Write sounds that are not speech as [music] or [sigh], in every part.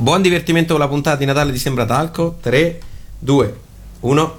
Buon divertimento con la puntata di Natale di Sembra Talco. 3, 2, 1.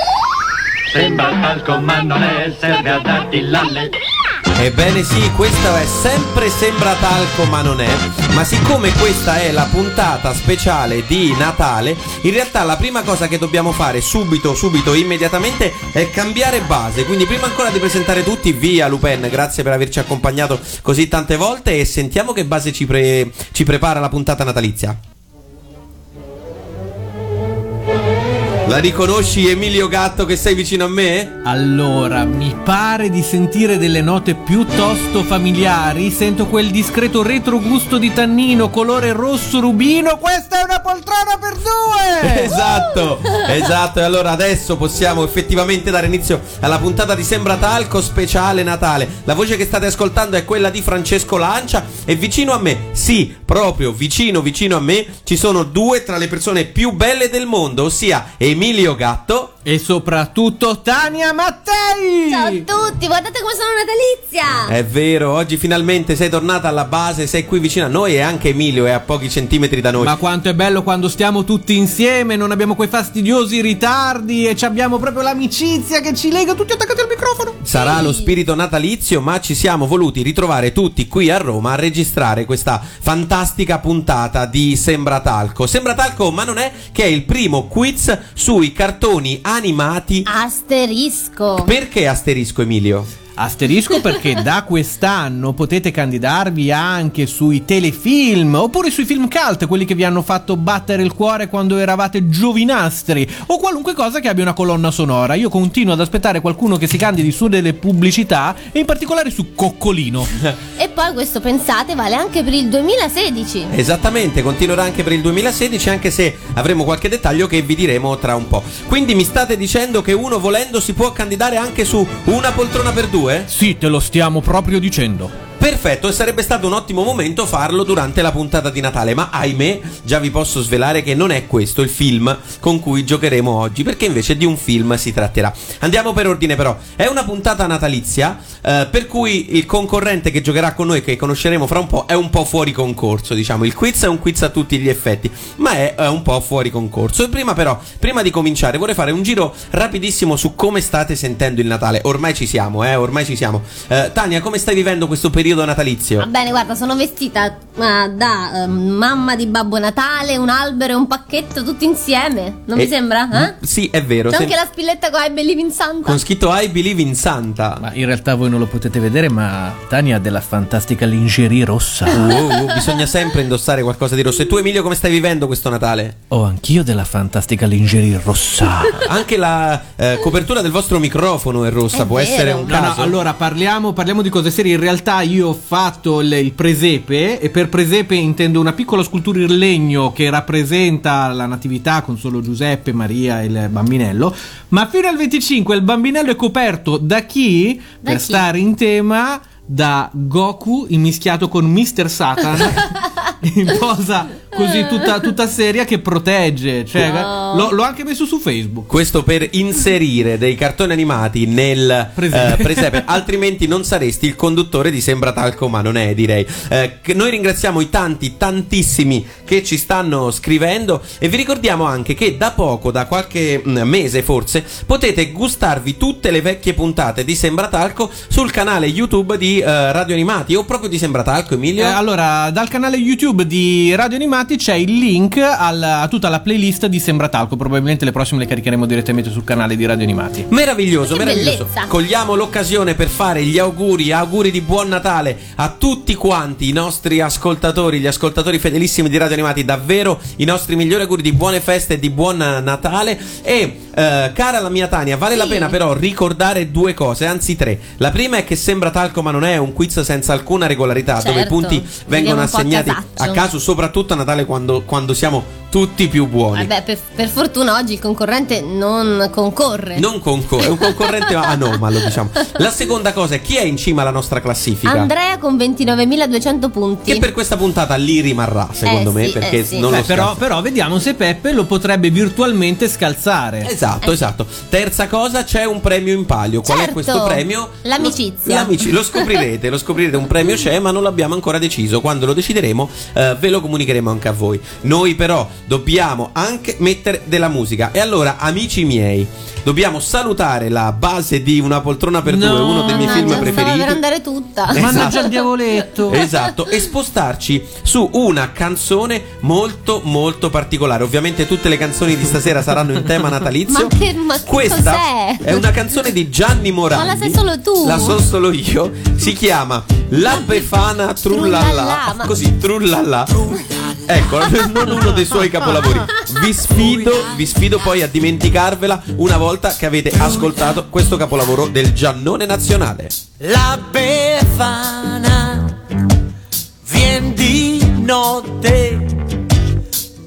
Sembra talco ma non è, serve a darti l'alle. Ebbene sì, questa è sempre sembra talco ma non è, ma siccome questa è la puntata speciale di Natale, in realtà la prima cosa che dobbiamo fare subito, subito, immediatamente è cambiare base, quindi prima ancora di presentare tutti, via Lupin, grazie per averci accompagnato così tante volte e sentiamo che base ci, pre- ci prepara la puntata natalizia. La riconosci Emilio Gatto che sei vicino a me? Allora, mi pare di sentire delle note piuttosto familiari. Sento quel discreto retrogusto di tannino, colore rosso rubino. [laughs] Questa è una poltrona per due! Esatto, esatto. E allora adesso possiamo effettivamente dare inizio alla puntata di Sembra Talco speciale Natale. La voce che state ascoltando è quella di Francesco Lancia e vicino a me, sì, proprio vicino, vicino a me, ci sono due tra le persone più belle del mondo, ossia Emilio Gatto. E soprattutto Tania Mattei! Ciao a tutti, guardate come sono natalizia! È vero, oggi finalmente sei tornata alla base, sei qui vicino a noi e anche Emilio è a pochi centimetri da noi. Ma quanto è bello quando stiamo tutti insieme, non abbiamo quei fastidiosi ritardi e ci abbiamo proprio l'amicizia che ci lega tutti attaccati al microfono. Sarà Sì. lo spirito natalizio, ma ci siamo voluti ritrovare tutti qui a Roma a registrare questa fantastica puntata di Sembra Talco. Sembra Talco, ma non è che è il primo quiz sui cartoni animati. Asterisco! Perché asterisco Emilio? Asterisco perché da quest'anno potete candidarvi anche sui telefilm oppure sui film cult, quelli che vi hanno fatto battere il cuore quando eravate giovinastri o qualunque cosa che abbia una colonna sonora. Io continuo ad aspettare qualcuno che si candidi su delle pubblicità e in particolare su Coccolino. [laughs] E poi questo, pensate, vale anche per il 2016. Eh. Esattamente, continuerà anche per il 2016, anche se avremo qualche dettaglio che vi diremo tra un po'. Quindi mi state dicendo che uno volendo si può candidare anche su una poltrona per due? Sì, te lo stiamo proprio dicendo. Perfetto, e sarebbe stato un ottimo momento farlo durante la puntata di Natale, ma ahimè, già vi posso svelare che non è questo il film con cui giocheremo oggi, perché invece di un film si tratterà. Andiamo per ordine però, è una puntata natalizia, eh, per cui il concorrente che giocherà con noi, che conosceremo fra un po', è un po' fuori concorso, diciamo, il quiz è un quiz a tutti gli effetti, ma è, eh, un po' fuori concorso. E prima però, prima di cominciare, vorrei fare un giro rapidissimo su come state sentendo il Natale, ormai ci siamo, eh, ormai ci siamo. Eh, Tania, come stai vivendo questo periodo natalizio? Va bene, guarda, sono vestita ah, da ehm, mamma di Babbo Natale, un albero e un pacchetto tutti insieme. Non Eh, mi sembra? Eh? m- Sì, è vero. C'è sem- anche la spilletta con I Believe in Santa. Con scritto I believe in Santa. Ma in realtà voi non lo potete vedere, ma Tania ha della fantastica lingerie rossa. Oh, oh, bisogna sempre indossare qualcosa di rosso. E tu, Emilio, come stai vivendo questo Natale? Ho anch'io della fantastica lingerie rossa. Anche la eh, copertura del vostro microfono è rossa, È può vero. essere un No, no, caso. allora parliamo, parliamo di cose serie. In realtà io ho fatto il, il presepe e per presepe intendo una piccola scultura in legno che rappresenta la natività con solo Giuseppe, Maria e il bambinello. Ma fino al 25 il bambinello è coperto da chi? Da per chi? stare in tema da Goku immischiato con Mr. Satan. [laughs] In posa così tutta, tutta seria che protegge. Cioè, No. l'ho- l'ho anche messo su Facebook. Questo per inserire dei cartoni animati nel Presepe. eh, [laughs] presepe, altrimenti non saresti il conduttore di Sembra Talco, ma non è, direi. Eh, che noi ringraziamo i tanti, tantissimi che ci stanno scrivendo e vi ricordiamo anche che da poco, da qualche mm, mese forse, potete gustarvi tutte le vecchie puntate di Sembra Talco sul canale YouTube di eh, Radio Animati o proprio di Sembra Talco, Eh, Emilio. allora, dal canale YouTube di Radio Animati c'è il link al- a tutta la playlist di Sembra Talco. Probabilmente le prossime le caricheremo direttamente sul canale di Radio Animati. Meraviglioso, Che meraviglioso. bellezza. Cogliamo l'occasione per fare gli auguri, auguri di buon Natale a tutti quanti i nostri ascoltatori, gli ascoltatori fedelissimi di Radio Animati, davvero i nostri migliori auguri di buone feste e di buon Natale. E eh, cara la mia Tania, vale la Sì. pena però ricordare due cose, anzi tre. La prima è che sembra talco ma non è un quiz senza alcuna regolarità, dove i Certo. punti vengono Vediamo un po' a assegnati a casaccio. caso, soprattutto a Natale quando, quando siamo tutti più buoni. Vabbè, per, per fortuna oggi il concorrente non concorre. Non concorre, è un [laughs] concorrente anomalo, diciamo. La seconda cosa è chi è in cima alla nostra classifica? Andrea con 29.200 punti. Che per questa puntata lì rimarrà, secondo Eh, me, sì, perché eh, sì. non Beh, lo però, scappa. però vediamo se Peppe lo potrebbe virtualmente scalzare. Esatto, esatto. Terza cosa, c'è un premio in palio. Qual è Certo, questo premio? l'amicizia. Lo, l'amici- lo scoprirete, lo scoprirete. Un premio c'è, ma non l'abbiamo ancora deciso. Quando lo decideremo, eh, ve lo comunicheremo anche a voi. Noi, però, dobbiamo anche mettere della musica. E allora, amici miei, dobbiamo salutare la base di Una poltrona per due, No, uno dei miei Mannaggia, film stava per preferiti. andare tutta. Esatto. Mannaggia il diavoletto. Esatto, e spostarci su una canzone molto molto particolare. Ovviamente tutte le canzoni di stasera saranno in tema natalizio. Ma che- ma che Questa cos'è? è una canzone di Gianni Morandi. Ma la sai solo tu. La so solo io. Si chiama La Befana Trullalla. Trullalla, ma- Così, Trullalla. Ecco, non uno dei suoi capolavori. Vi sfido, vi sfido poi a dimenticarvela una volta che avete ascoltato questo capolavoro del Giannone Nazionale. La befana vien di notte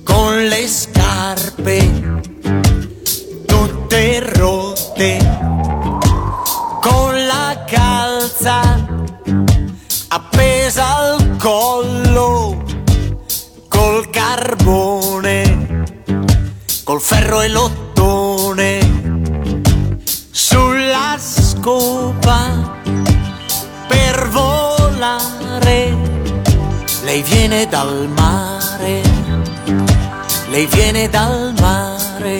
con le scarpe tutte rotte, con la calza appesa al collo, col carbone, col ferro e l'ottone, sulla scopa per volare. Lei viene dal mare, lei viene dal mare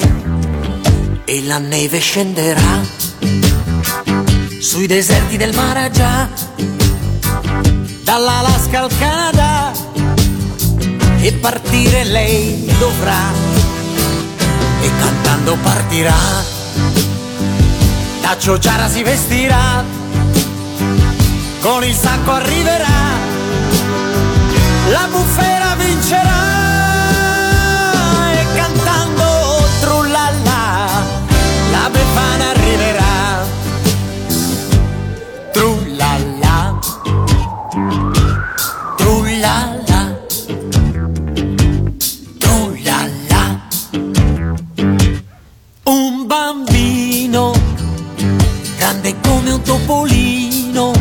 e la neve scenderà sui deserti del Maragia, dall'Alaska al Canada e partire lei dovrà e cantando partirà. Taccio Giara si vestirà con il sacco arriverà, la bufera vincerà e cantando trullalla la befana arriverà. Trullalla, trullalla, trullalla. Un bambino grande come un topolino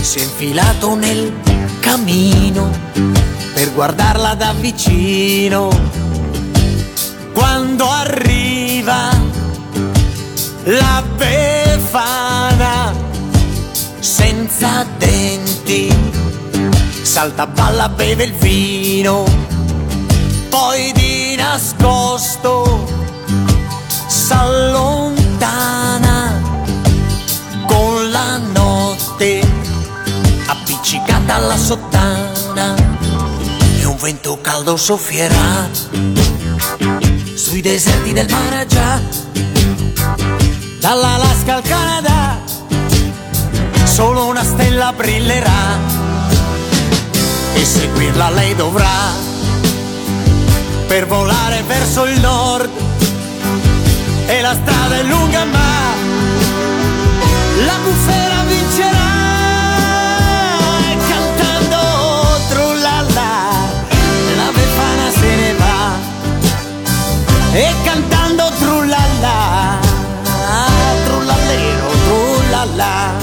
si è infilato nel camino per guardarla da vicino. Quando arriva la befana senza denti, salta, balla, beve il vino, poi di nascosto s'allontana con la notte appiccicata alla sottana e un vento caldo soffierà sui deserti del Maragia dall'Alaska al Canada solo una stella brillerà e seguirla lei dovrà per volare verso il nord e la strada è lunga ma la bufera vincerà e cantando trullalla la befana se ne va e cantando trullalla trullallero trullalla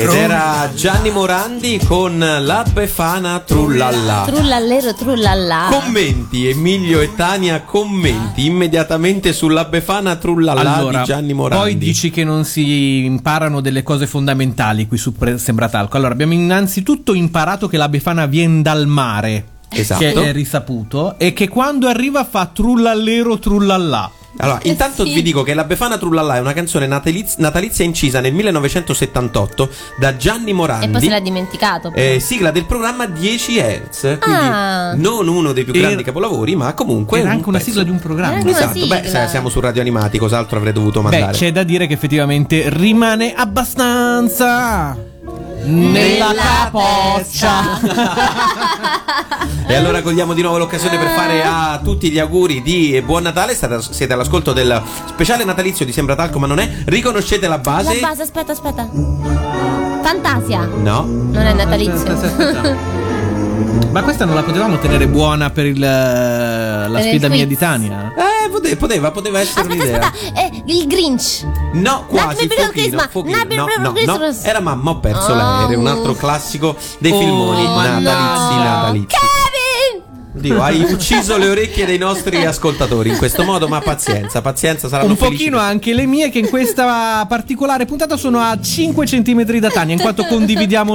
Ed era Gianni Morandi con la Befana Trullalla. Trullallero, trullallà. Commenti, Emilio e Tania, commenti immediatamente sulla Befana Trullalla Allora, di Gianni Morandi. poi dici che non si imparano delle cose fondamentali qui su Pre- Sembratalco. Allora, abbiamo innanzitutto imparato che la Befana viene dal mare. Esatto. Che è risaputo. E che quando arriva fa trullallero trullallà. Allora, Eh intanto sì. vi dico che La Befana Trullalla è una canzone nataliz- natalizia incisa nel 1978 da Gianni Morandi. E poi se l'ha dimenticato. eh, sigla del programma 10 Hertz, quindi Ah. non uno dei più grandi Era- capolavori, ma comunque. Era un anche una pezzo. sigla di un programma. Era anche una Esatto, beh, sigla. se- siamo su Radio Animati, cos'altro avrei dovuto Beh, mandare? c'è da dire che effettivamente rimane abbastanza nella capoccia. E allora cogliamo di nuovo l'occasione per fare a tutti gli auguri di Buon Natale. State- siete all'ascolto del speciale natalizio di Sembra Talco, ma non è. Riconoscete la La base? base, aspetta, aspetta. Fantasia. No. Non è natalizio. Aspetta, aspetta, aspetta. Ma questa non la potevamo tenere buona per il, eh, la Per il sfida quiz. Ah, mia di Tania? [laughs] Eh, pote- poteva, poteva essere Aspetta, un'idea. aspetta, eh, il Grinch. No, quasi Nightmare Before Fochino, Christmas, Fochino. Nightmare No, Before no, no. Christmas. Era mamma ho perso Oh. l'aereo, un altro classico dei Oh, filmoni no. natalizi natalizi. Kevin! Dio, hai ucciso le orecchie dei nostri ascoltatori in questo modo, ma pazienza, pazienza, saranno Un felici. pochino anche le mie che in questa particolare puntata sono a 5 cm da Tania in quanto condividiamo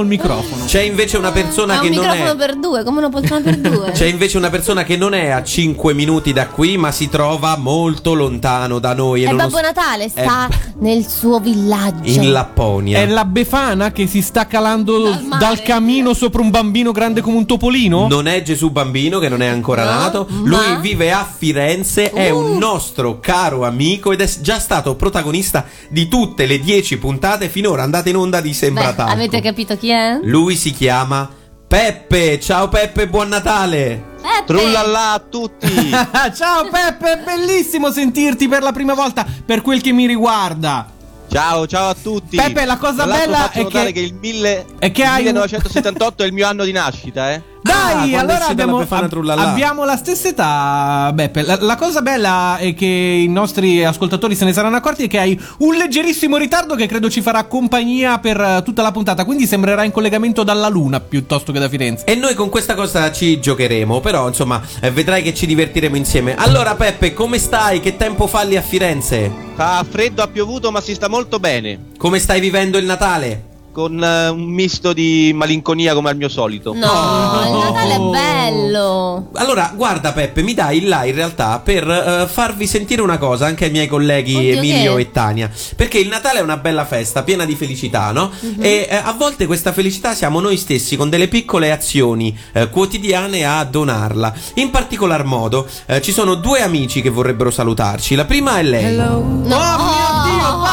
[laughs] il microfono. C'è invece una persona Ha che un non microfono è per due, come una poltrona per due. C'è invece una persona che non è a 5 minuti da qui, ma si trova molto lontano da noi e è nonost- Babbo Natale, sta è nel suo villaggio. Eh, in Lapponia. È la Befana che si sta calando Dal dal, mare. camino sopra un bambino grande come un topolino? Non è Gesù Bambino che non è ancora No, nato, ma- lui vive a Firenze, è Uh. un nostro caro amico ed è s- già stato protagonista di tutte le 10 puntate finora andate in onda di Beh, Sembra Talco. avete capito chi è? Lui si chiama Peppe, ciao Peppe, buon Natale! Peppe. Trullallà a tutti! Ah, [laughs] Ciao Peppe, è bellissimo sentirti per la prima volta per quel che mi riguarda. Ciao, ciao a tutti! Peppe, la cosa Tra l'altro bella faccio è che- notare che il, mille- è che il hai un- 1978 è il mio anno di nascita, eh? [laughs] Ah, Dai, quando è allora uscita abbiamo, la Befana ab- Trullallà. abbiamo la stessa età, Beppe. La, la cosa bella è che i nostri ascoltatori se ne saranno accorti è che hai un leggerissimo ritardo che credo ci farà compagnia per eh, tutta la puntata, quindi sembrerà in collegamento dalla Luna piuttosto che da Firenze. E noi con questa cosa ci giocheremo, però insomma eh, vedrai che ci divertiremo insieme. Allora Peppe, come stai? Che tempo fa lì a Firenze? Fa freddo, ha piovuto, ma si sta molto bene. Come stai vivendo il Natale? Con eh, un misto di malinconia come al mio solito. No, il Natale Oh. è bello. Allora, guarda Peppe, mi dai il là in realtà per eh, farvi sentire una cosa anche ai miei colleghi Oddio, Emilio che? e Tania. Perché il Natale è una bella festa, piena di felicità, no? Mhm. E eh, a volte questa felicità siamo noi stessi con delle piccole azioni eh, quotidiane a donarla. In particolar modo eh, ci sono due amici che vorrebbero salutarci. La prima è lei. No.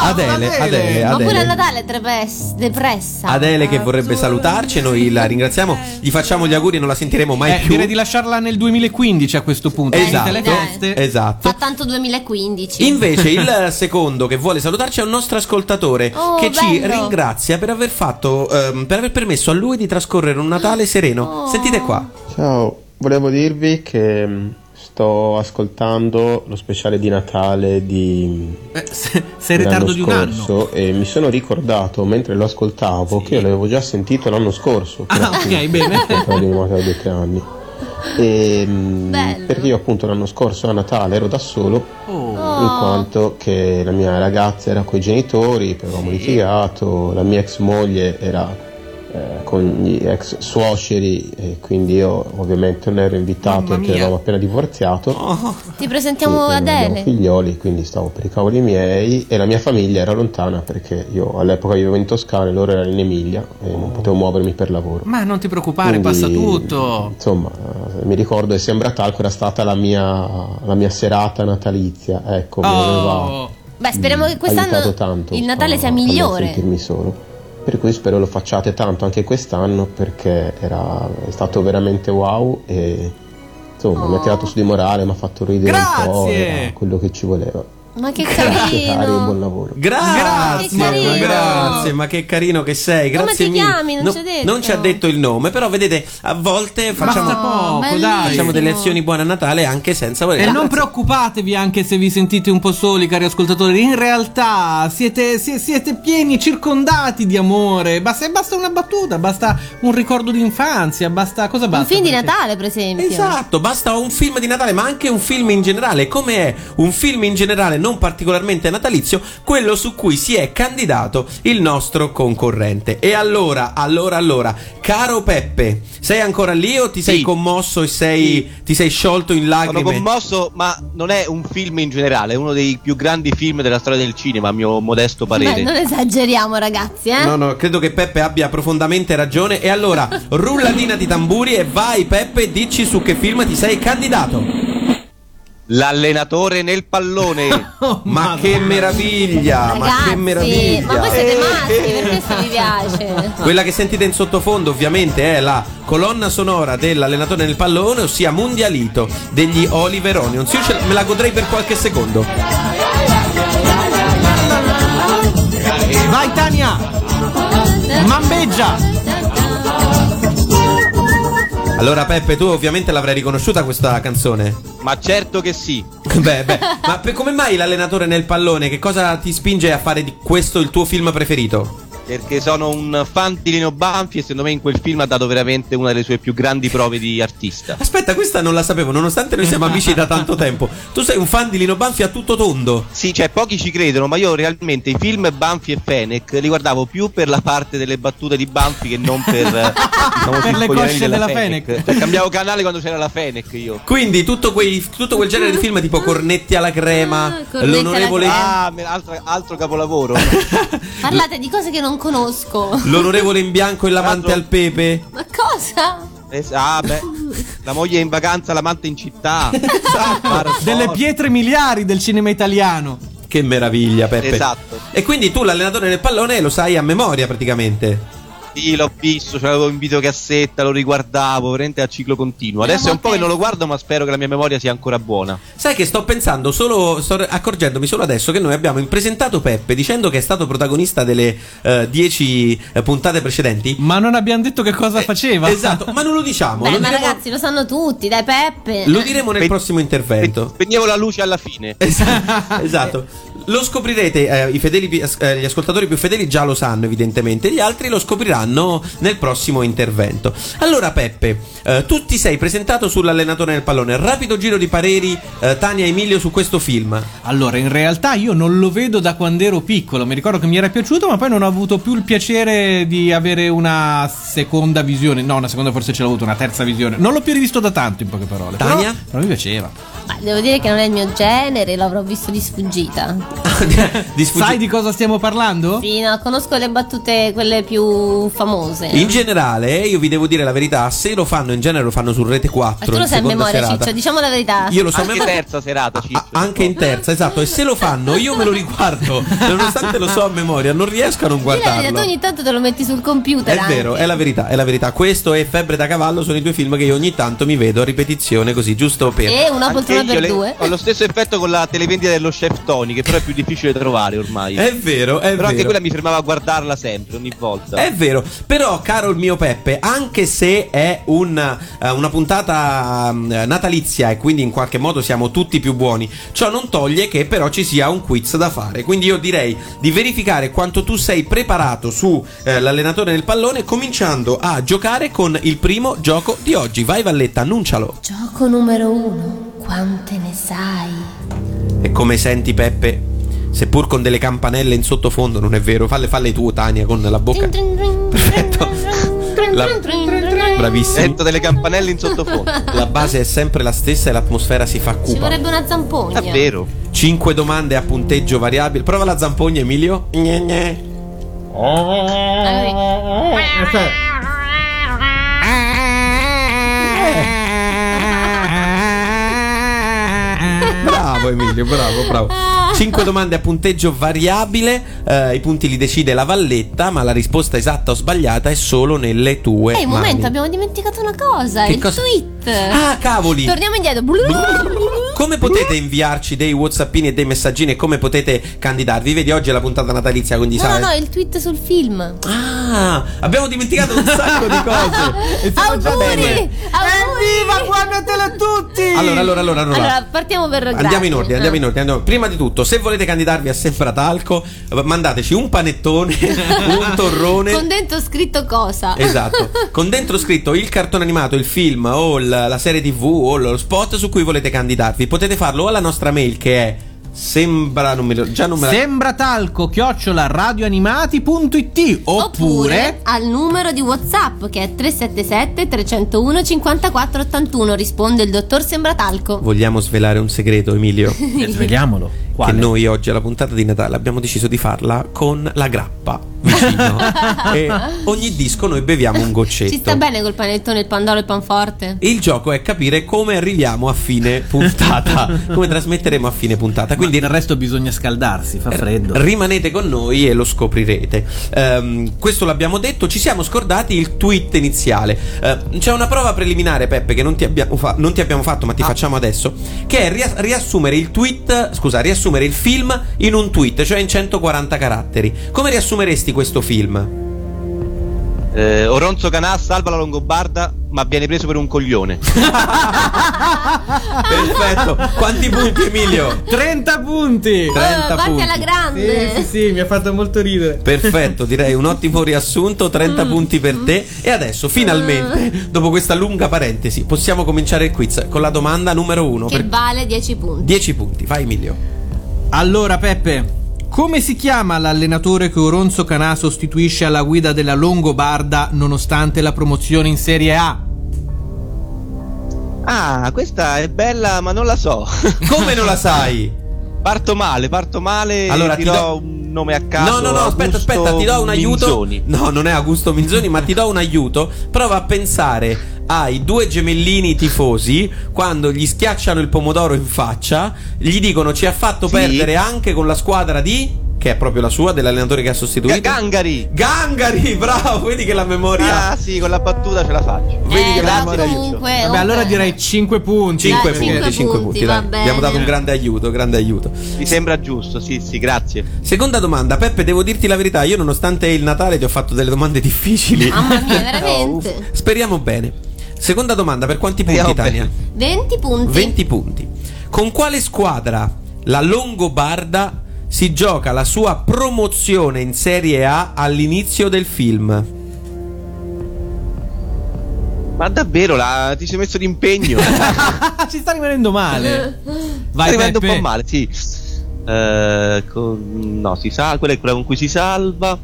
Adele, Adele, Ma pure a Adele. Natale è depres- depressa. Adele che vorrebbe salutarci, e noi la ringraziamo, gli facciamo gli auguri, non la sentiremo mai Eh, più. direi di lasciarla nel 2015 a questo punto. Dai, Esatto, dai. Tutte le feste. esatto. Fa tanto 2015. [laughs] Invece il [laughs] secondo che vuole salutarci è un nostro ascoltatore Oh, che ci bello. ringrazia per aver fatto ehm, per aver permesso a lui di trascorrere un Natale sereno. Oh. Sentite qua. Ciao, volevo dirvi che mh, sto ascoltando lo speciale di Natale di Eh, se- sei dell'anno in ritardo di un anno. scorso e mi sono ricordato mentre lo ascoltavo che io l'avevo già sentito l'anno scorso. Ah, però ok, sì, [laughs] bene. ascoltavo di nuovo da due o tre anni. E, mh, Bello. perché io appunto l'anno scorso a Natale ero da solo Oh. in Ah. quanto che la mia ragazza era coi genitori, poi avevamo litigato, la mia ex moglie era eh, con gli ex suoceri e quindi io ovviamente non ero invitato perché avevamo appena divorziato. Oh. Ti e, presentiamo e non abbiamo Adele. figlioli, quindi stavo per i cavoli miei e la mia famiglia era lontana perché io all'epoca vivevo in Toscana e loro erano in Emilia e non potevo muovermi per lavoro. Ma non ti preoccupare, Quindi, passa tutto. Insomma, eh, mi ricordo che sembra talco era stata la mia, la mia serata natalizia, ecco, mi aveva Oh. Beh, speriamo che Mm, aiutato quest'anno tanto il Natale a- sia a non migliore. sentirmi solo. Per cui spero lo facciate tanto anche quest'anno perché era, è stato veramente wow e insomma mi ha Oh. tirato su di morale, mi ha fatto ridere un po', Grazie. era quello che ci voleva. Ma che [laughs] Grazie cari, buon carino. lavoro. Grazie, Grazie, ma che ma carino. grazie, ma che carino che sei. Come Grazie ti mille. chiami? Non No- ci ha detto. non ci ha detto il nome, però vedete, a volte Basta facciamo, poco, dai. bellissimo. facciamo delle azioni buone a Natale anche senza voler. E non Grazie. preoccupatevi anche se vi sentite un po' soli, cari ascoltatori. In realtà siete, si- siete pieni, circondati di amore. Basta, basta una battuta, basta un ricordo d'infanzia, basta cosa basta. Un film di Perché- Natale, per esempio. Esatto, basta un film di Natale, ma anche un film in generale. Come è un film in generale non particolarmente natalizio, quello su cui si è candidato il nostro concorrente. E allora, allora, allora, caro Peppe, sei ancora lì o ti sei Sì. commosso e sei, ti sei sciolto in Sono lacrime? commosso, ma non è un film in generale, è uno dei più grandi film della storia del cinema, a mio modesto Beh, parere. non esageriamo, ragazzi, eh. No, no, credo che Peppe abbia profondamente ragione. E [laughs] allora, rullatina di tamburi e vai Peppe, dici su che film ti sei candidato. L'allenatore nel pallone. ma che meraviglia, ma che Ragazzi, meraviglia. ma voi siete maschi, per questo vi [laughs] piace. Ah. Quella che sentite in sottofondo ovviamente è la colonna sonora dell'allenatore nel pallone, ossia Mundialito degli Oliver Onions. Io ce- me la godrei per qualche secondo. Vai, Tania! Mammeggia! Allora, Peppe, tu ovviamente l'avrai riconosciuta questa canzone. Ma certo che sì. [laughs] Beh, beh, ma per- come mai l'allenatore nel pallone? Che cosa ti spinge a fare di questo il tuo film preferito? Perché sono un fan di Lino Banfi e secondo me in quel film ha dato veramente una delle sue più grandi prove di artista. Aspetta, questa non la sapevo, nonostante noi [laughs] siamo amici da tanto tempo. Tu sei un fan di Lino Banfi a tutto tondo. Sì, cioè pochi ci credono, ma io realmente i film Banfi e Fenech li guardavo più per la parte delle battute di Banfi che [laughs] non per, eh, diciamo, Per sui le coglioni cosce della Fenech. Cioè, cambiavo canale quando c'era la Fenech io. Quindi tutto, quei- tutto quel genere di film tipo Cornetti alla crema, Ah, Cornetti l'onorevole, alla Ah, me- altra- altro capolavoro. Parlate di cose che non conosco. l'onorevole in bianco e l'amante Tra l'altro- al pepe. Ma cosa? Esatto. Es- ah, beh, la moglie in vacanza, l'amante in città. [laughs] Esatto. Delle pietre miliari del cinema italiano. Che meraviglia, Peppe. Esatto. E quindi tu l'allenatore nel pallone lo sai a memoria praticamente. Sì, l'ho visto, ce l'avevo in videocassetta, lo riguardavo, veramente a ciclo continuo. Adesso è un po' che non lo guardo, ma spero che la mia memoria sia ancora buona. Sai che sto pensando solo, sto accorgendomi solo adesso che noi abbiamo impresentato Peppe dicendo che è stato protagonista delle 10 puntate precedenti. Ma non abbiamo detto che cosa faceva. Esatto, ma non lo diciamo. Beh, lo, ma diremo, ragazzi, lo sanno tutti, dai Peppe. lo diremo nel Pe- prossimo intervento. Spegnevo la luce alla fine. [laughs] Esatto, esatto. lo scoprirete. eh, i fedeli pi- as- eh, gli ascoltatori più fedeli già lo sanno, evidentemente. Gli altri lo scopriranno nel prossimo intervento. Allora, Peppe, eh, tu ti sei presentato sull'allenatore del pallone. Rapido giro di pareri, eh, Tania e Emilio, su questo film. Allora, in realtà io non lo vedo da quando ero piccolo, mi ricordo che mi era piaciuto, ma poi non ho avuto più il piacere di avere una seconda visione. No, una seconda forse ce l'ho avuto, una terza visione. Non l'ho più rivisto da tanto, in poche parole. Però- Tania? Però, mi piaceva. Ma devo dire che non è il mio genere, l'avrò visto di sfuggita. Di sfuggi- Sai di cosa stiamo parlando? Sì, no, conosco le battute, quelle più famose. In generale, eh, io vi devo dire la verità, se lo fanno in genere lo fanno su Rete 4. Ma tu lo in sai a seconda memoria, serata. Ciccio, diciamo la verità. Io lo so a Anche memoria. terza serata, Ciccio. Ah, anche in terza, esatto. E se lo fanno, io me lo riguardo. Nonostante lo so a memoria, non riesco a non Sì, la verità, tu guardarlo. ogni tanto te lo metti sul computer. ah. È anche. vero, è la verità, è la verità. Questo e Febbre da cavallo sono i due film che io ogni tanto mi vedo a ripetizione così, giusto per... E una Anche poltrona io per le- due. Ho lo stesso effetto con la televendita dello chef Tony, che però è più difficile da trovare ormai. È vero, è però anche vero. quella mi fermava a guardarla sempre, ogni volta. È vero, però caro il mio Peppe, anche se è un, eh, una puntata mm, eh, natalizia e quindi in qualche modo siamo tutti più buoni, ciò non toglie che però ci sia un quiz da fare. Quindi io direi di verificare quanto tu sei preparato sull'allenatore del pallone cominciando a giocare con il primo gioco di oggi. Vai Valletta, annuncialo. Gioco numero uno. Quante ne sai? E come senti Peppe, seppur con delle campanelle in sottofondo, non è vero, falle, falle tu Tania con la bocca. Perfetto. La- Bravissimo. Sento delle campanelle in sottofondo. [laughs] La base è sempre la stessa e l'atmosfera si fa Ci cupa. vorrebbe una zampogna. È vero. 5 domande a punteggio variabile. Prova la zampogna Emilio. Gne, gne. Allora, Eh. Bravo Emilio, bravo, bravo. 5 domande a punteggio variabile. eh, I punti li decide la valletta, ma la risposta esatta o sbagliata è solo nelle tue. Ehi, Eh, un mani. momento, abbiamo dimenticato una cosa. Che il cosa- tweet. Ah, cavoli! Torniamo indietro. Come potete inviarci dei whatsappini e dei messaggini e come potete candidarvi? Vedi, oggi è la puntata natalizia, quindi No, no, sai... no, il tweet sul film. Ah, abbiamo dimenticato un sacco di cose. Auguri! bene. Evviva guardatela tutti! Allora, allora, allora, allora. Allora, partiamo per Andiamo in ordine, andiamo in ordine. andiamo- Prima di tutto, se volete candidarvi a Sempratalco, eh, mandateci un panettone, un torrone. Con dentro scritto cosa? [laughs] Esatto, con dentro scritto il cartone animato, il film o il- la serie tv o lo spot su cui volete candidarvi. Potete farlo o alla nostra mail che è sembra non me lo, già Cioè, non me la Sembra talco chiocciola radioanimati.it Oppure oppure al numero di WhatsApp che è 377 301 5481 risponde il dottor Sembratalco. Vogliamo svelare un segreto, [laughs] Emilio? svegliamolo. Che noi oggi alla puntata di Natale abbiamo deciso di farla con la grappa vicino. e ogni disco noi beviamo un goccetto. Ci sta bene col panettone, il pandoro e il panforte? Il gioco è capire come arriviamo a fine [laughs] puntata, come trasmetteremo a fine puntata. Quindi Quindi Eh, del resto bisogna scaldarsi, fa freddo. rimanete con noi e lo scoprirete. Ehm, questo l'abbiamo detto, ci siamo scordati il tweet iniziale. Ehm, c'è una prova preliminare, Peppe, che non ti abbiamo, fa- non ti abbiamo fatto, ma ti facciamo adesso, che è ria- riassumere il tweet, scusa, riassumere il film in un tweet, cioè in 140 caratteri. Come riassumeresti questo film? Eh, Oronzo Canà salva la Longobarda, ma viene preso per un [laughs] coglione. Perfetto. Quanti punti, Emilio? 30 punti! 30 Vatti punti. alla Oh, grande. Sì, sì, sì, mi ha fatto molto ridere. Perfetto, direi un ottimo riassunto, Mm. 30 punti per te. E adesso, finalmente, dopo questa lunga parentesi, possiamo cominciare il quiz con la domanda numero 1 Che per vale 10 punti. 10 punti. Vai Emilio. Allora, Peppe. Come si chiama l'allenatore che Oronzo Canà sostituisce alla guida della Longobarda nonostante la promozione in Serie A? [laughs] Ah, questa è bella, ma non la so. Come non la sai? Parto male, parto male. Allora, Allora, ti ti do, do- un nome a caso. no, no, no, aspetta, Augusto aspetta, ti do un aiuto. Minzoni. No, non è Augusto Minzoni, ma ti do un aiuto. Prova a pensare ai due gemellini tifosi quando gli schiacciano il pomodoro in faccia, gli dicono ci ha fatto Sì. perdere anche con la squadra di che è proprio la sua dell'allenatore che ha sostituito. Ga- Gangari. Gangari, [laughs] bravo, vedi che la memoria Ah, sì, con la battuta ce la faccio. vedi che eh, la memoria comunque, Vabbè, vabbè. allora direi 5 punti. Dai, 5 cinque punti, 5 punti, punti, dai. va Abbiamo bene. dato un grande aiuto, grande aiuto. Mi sembra giusto, sì, sì, grazie. Seconda domanda, Peppe, devo dirti la verità, io nonostante il Natale ti ho fatto delle domande difficili. Mamma [laughs] mia, veramente. Speriamo bene. Seconda domanda, per quanti punti, Speriamo Tania? 20 punti. 20 punti. Con quale squadra la Longobarda si gioca la sua promozione in Serie A all'inizio del film? Ma davvero, la- ti sei [laughs] messo d'impegno. [laughs] Sta Ah, ci sta rimanendo male. Eh, Vai, arrivando un Peppe. po' male, sì. Eh, con- no, si sa, quella è quella con cui si salva.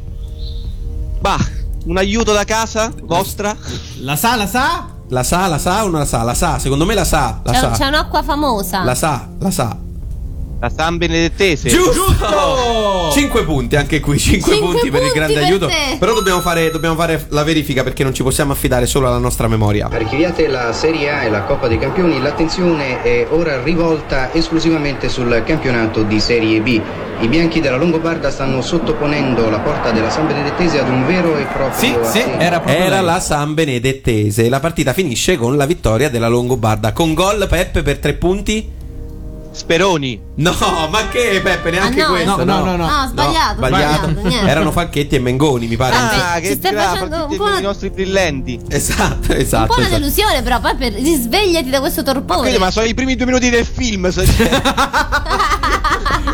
Bah, un aiuto da casa vostra? La sa, la sa? La sa, la sa o non la sa? La sa, secondo me la sa, la C'è, sa. c'è un'acqua famosa. La sa, la sa. La San Benedettese? Giusto! 5 punti anche qui, 5 Cinque punti, per il punti grande per aiuto. te. Però dobbiamo fare, dobbiamo fare la verifica perché non ci possiamo affidare solo alla nostra memoria. Archiviate la Serie A e la Coppa dei Campioni, l'attenzione è ora rivolta esclusivamente sul campionato di Serie B. I bianchi della Longobarda stanno sottoponendo la porta della San Benedettese ad un vero e proprio Sì, sì, assedio. era proprio Era lei. la San Benedettese. La partita finisce con la vittoria della Longobarda. Con gol Peppe per 3 punti? Speroni. No, ma che Peppe, neanche Ah, no. No, questo. no, no, no. No, sbagliato, sbagliato. sbagliato, niente. Erano Facchetti e Mengoni, mi pare. Ah, Vabbè, che ci stai brava, facendo partite un po' con una- i nostri brillenti. Esatto, Un esatto. po' una esatto. delusione, però, poi per... risvegliati da questo torpore. Quindi, ma sono i primi due minuti del film. so- [laughs]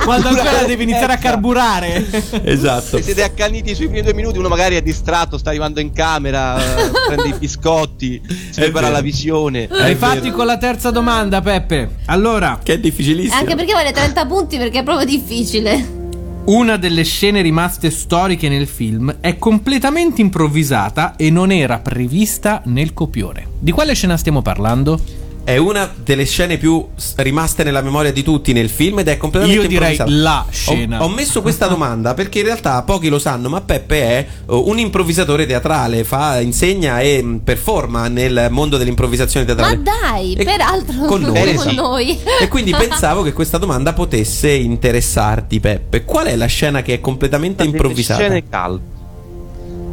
Quando ancora devi iniziare a carburare. [laughs] Esatto. Se siete accaniti sui primi due minuti, uno magari è distratto, sta arrivando in camera, eh, prende i biscotti, si prepara vero. la visione. Rifatti con la terza domanda, Peppe. Allora, Che è difficilissimo. Anche perché vale 30 punti perché è proprio difficile. una delle scene rimaste storiche nel film è completamente improvvisata e non era prevista nel copione. Di quale scena stiamo parlando? È una delle scene più s- rimaste nella memoria di tutti nel film ed è completamente Io direi improvvisata. la Ho- scena. Ho, messo questa domanda perché in realtà pochi lo sanno, ma Peppe è oh, un improvvisatore teatrale, fa, insegna e mh, performa nel mondo dell'improvvisazione teatrale. Ma dai, E- peraltro con noi, con esatto. noi. [laughs] E quindi pensavo che questa domanda potesse interessarti, Peppe. Qual è la scena che è completamente Delle improvvisata? Scene calde.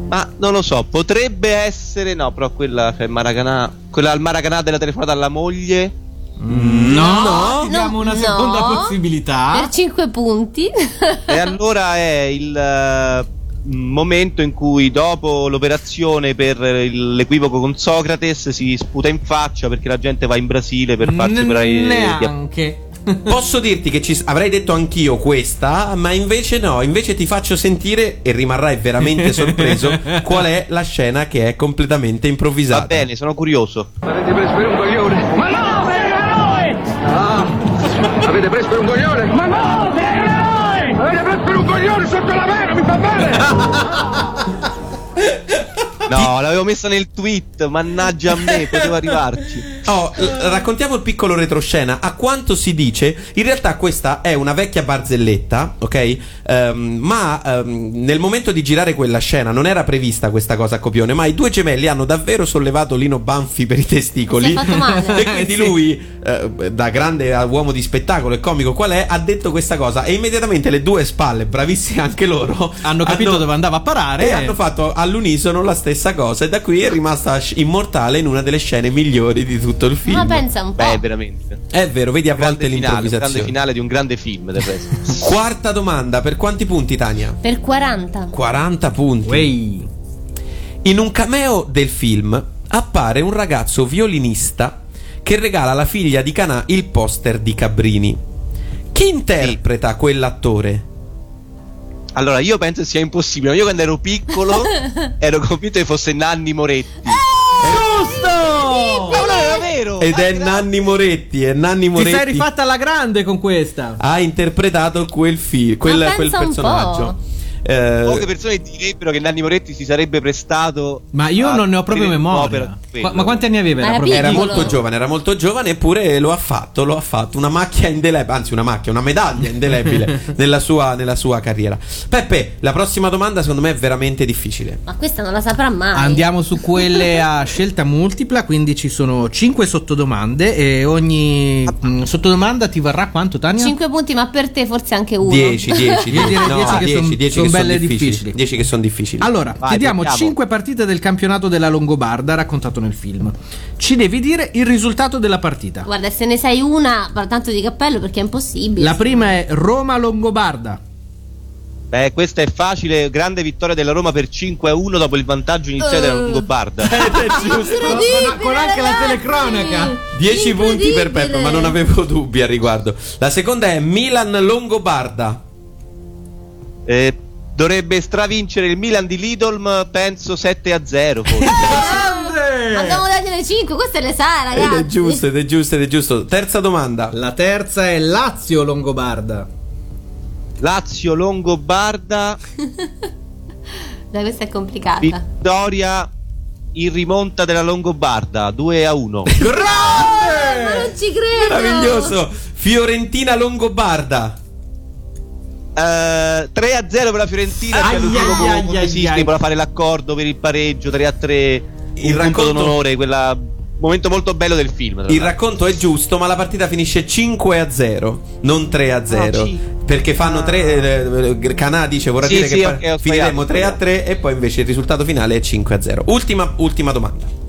Ma non lo so, potrebbe essere. No, però quella cioè, Maracanà. Quella al Maracanà della telefonata alla moglie. Mm. No, diamo una seconda no. possibilità. Per 5 punti. [laughs] E allora è il eh, momento in cui dopo l'operazione per il- l'equivoco con Socrate si sputa in faccia perché la gente va in Brasile per farsi N- operare di- neanche. [laughs] Posso dirti che ci s- avrei detto anch'io questa, ma invece no, invece ti faccio sentire e rimarrai veramente sorpreso qual è la scena che è completamente improvvisata. Va bene, sono curioso. Avete preso per un coglione? Ma no, per noi! Ah, avete preso per un coglione? Ma no, per noi! Avete preso per un coglione sotto la mano, mi fa male! [laughs] No, l'avevo messa nel tweet, mannaggia a me, poteva arrivarci. Oh, l- raccontiamo il piccolo retroscena. A quanto si dice, in realtà questa è una vecchia barzelletta, ok? Ehm, ma ehm, nel momento di girare quella scena non era prevista questa cosa a copione, ma i due gemelli hanno davvero sollevato Lino Banfi per i testicoli. Si è fatto male. [laughs] E quindi lui, eh, da grande uomo di spettacolo e comico qual è, ha detto questa cosa e immediatamente le due spalle, bravissime anche loro, Hanno capito dove andava a parare. e hanno fatto all'unisono la stessa cosa e da qui è rimasta sc- immortale in una delle scene migliori di tutto il film. ma pensa un po'. Beh, veramente. È vero, vedi a volte Grande finale, un grande l'improvvisazione. finale di un grande film, del [laughs] resto. Quarta domanda, per quanti punti Tania? Per 40. 40 punti. Wey. In un cameo del film appare un ragazzo violinista che regala alla figlia di Canà il poster di Cabrini. Chi interpreta quell'attore? Allora, io penso sia impossibile. Io quando ero [laughs] [laughs] piccolo ero convinto che fosse Nanni Moretti. Giusto! Ed è Nanni Moretti, è Nanni Ti sei Moretti. rifatta alla grande con questa. Ha interpretato quel film, quel, pensa quel un po'. personaggio. Eh, Poche persone direbbero che Nanni Moretti si sarebbe prestato. Ma io Ah, a non ne ho proprio tenere un'opera memoria. di quello. Qua- ma quanti anni aveva? Era proprio- Era piccolo. molto giovane, era molto giovane, eppure lo ha fatto, lo ha fatto. Una macchia indelebile, anzi una macchia, una medaglia indelebile [laughs] nella, sua, nella sua carriera. Peppe, la prossima domanda secondo me è veramente difficile. Ma questa non la saprà mai. Ah, Andiamo su quelle a scelta multipla, quindi ci sono 5 sottodomande e ogni mh, sottodomanda ti varrà quanto Tania? 5 punti, ma per te forse anche uno. 10, [laughs] 10, 10, Io direi no, 10 che 10, son- 10 son che son belle e difficili. difficili. 10 che sono difficili. Allora, Vai, ti diamo proviamo. 5 partite del campionato della Longobarda raccontato nel film. Ci devi dire il risultato della partita. Guarda, se ne sai una, parla tanto di cappello perché è impossibile. La prima è Roma Longobarda. Beh, eh, questa è facile. Grande vittoria della Roma per 5-1 dopo il vantaggio iniziale della Longobarda. Incredibile, con anche la ragazzi! telecronaca. 10 punti per Peppe, Incredibile! ma non avevo dubbi al riguardo. La seconda è Milan Longobarda. Eh, dovrebbe stravincere il Milan di Lidl, penso 7-0. forse. Abbiamo dato le 5, queste le sa, Ed ragazzi. è giusto, ed è giusto, ed è giusto. Terza domanda. La terza è Lazio Longobarda. Lazio Longobarda, Dai, questa è complicata. vittoria in rimonta della Longobarda 2-1. Ma non ci credo. Meraviglioso. Fiorentina Longobarda. Eh, 3 a 0 per la Fiorentina che Ai, è l'unico ai, con- ai, con ai, esiste ai. vorrà fare l'accordo per il pareggio 3 a 3 Il il racconto racconto- d'onore quella momento molto bello del film tra Il l'altro. racconto è giusto, ma la partita finisce 5 a 0, non 3 a 0. Ah, sì. Perché fanno Ah. 3. eh, Canà dice vorrà Sì, dire sì, che ok, ho finiremo sbagliato, 3 a 3 e poi invece il risultato finale è 5 a 0. Ultima, ultima domanda.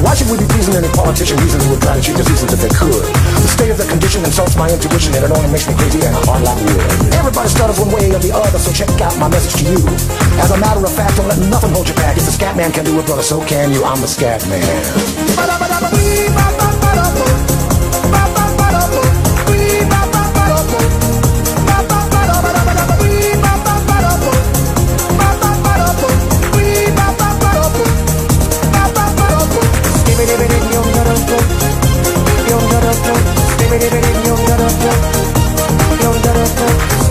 Why should we be pleasing any politician reasons who would try to cheat diseases if they could? The state of their condition insults my intuition and it only makes me crazy and hard like wood. Everybody stutters one way or the other, so check out my message to you. As a matter of fact, don't let nothing hold you back. If the scat man can do it, brother, so can you. I'm the scat man.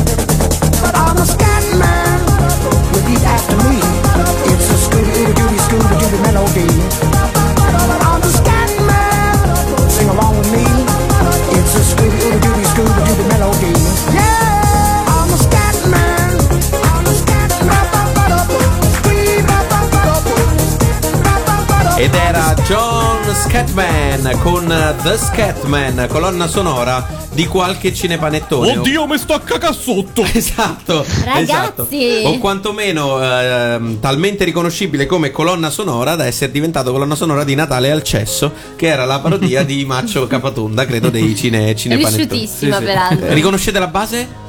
But I'm the scat man. Repeat after me. It's a scooby dooby scooby dooby melody. But I'm the scat man. Sing along with me. It's a scooby dooby scooby dooby melody. Yeah, I'm the scat man. Ed era John Scatman con The Scatman, colonna sonora di qualche cinepanettone. Oddio, mi sto a cacà sotto! [laughs] Esatto, Esatto. Ragazzi. O quantomeno ehm, talmente riconoscibile come colonna sonora da essere diventato colonna sonora di Natale al cesso, che era la parodia [laughs] di Maccio Capatonda, credo dei cine cinepanettoni. Riuscitissima, peraltro. Eh, Riconoscete la base?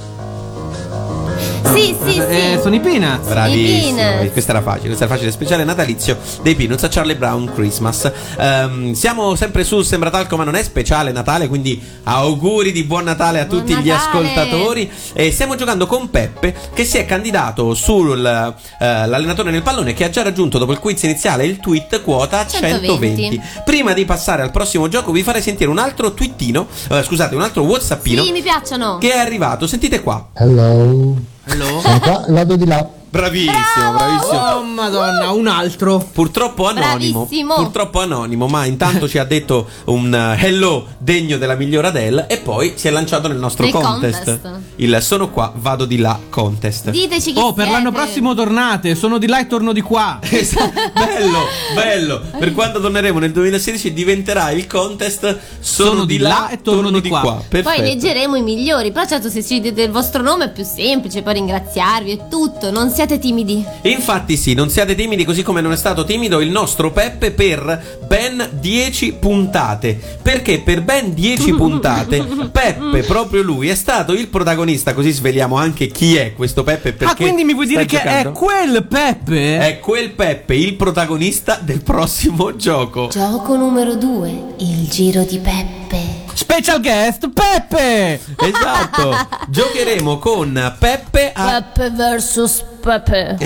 Sì, sì, sì. Eh, sono i Peanuts. Bravissimo. Peanuts. Questa era facile, questa era facile. Speciale natalizio dei Peanuts a Charlie Brown Christmas. Ehm, siamo sempre su Sembra Talco, ma non è speciale Natale, quindi auguri di buon Natale a tutti gli Natale. ascoltatori. E stiamo giocando con Peppe che si è candidato sull'allenatore nel pallone che ha già raggiunto dopo il quiz iniziale il tweet quota 120. 120. Prima di passare al prossimo gioco vi farei sentire un altro twittino, eh, scusate, un altro whatsappino Sì, mi piacciono. che è arrivato, sentite qua. Hello. Sono qua, vado di là. Bravissimo, bravissimo. Oh madonna, un altro. Purtroppo anonimo. Bravissimo. Purtroppo anonimo, ma intanto ci ha detto un eh, hello degno della migliore Adele e poi si è lanciato nel nostro Nel contest. contest. Il sono qua, vado di là contest. Diteci chi Oh, per l'anno prossimo tornate. Sono di là e torno [laughs] di qua. Esatto. bello, bello. Per quando torneremo nel 2016 diventerà il contest sono, di, là, e torno, di qua. Perfetto. Poi leggeremo i migliori, però certo se ci dite il vostro nome è più semplice, poi ringraziarvi e tutto, non siate timidi. Infatti sì, non siate timidi così come non è stato timido il nostro Peppe per ben 10 puntate. Perché per ben [laughs] 10 puntate Peppe, proprio lui, è stato il protagonista, così sveliamo anche chi è questo Peppe. Perché ah, quindi mi vuoi dire sta che è giocando. quel Peppe? È quel Peppe il protagonista del prossimo gioco. Gioco numero 2, il giro di Peppe. Special guest Peppe! Esatto, giocheremo con Peppe a Peppe versus [laughs] Peppe.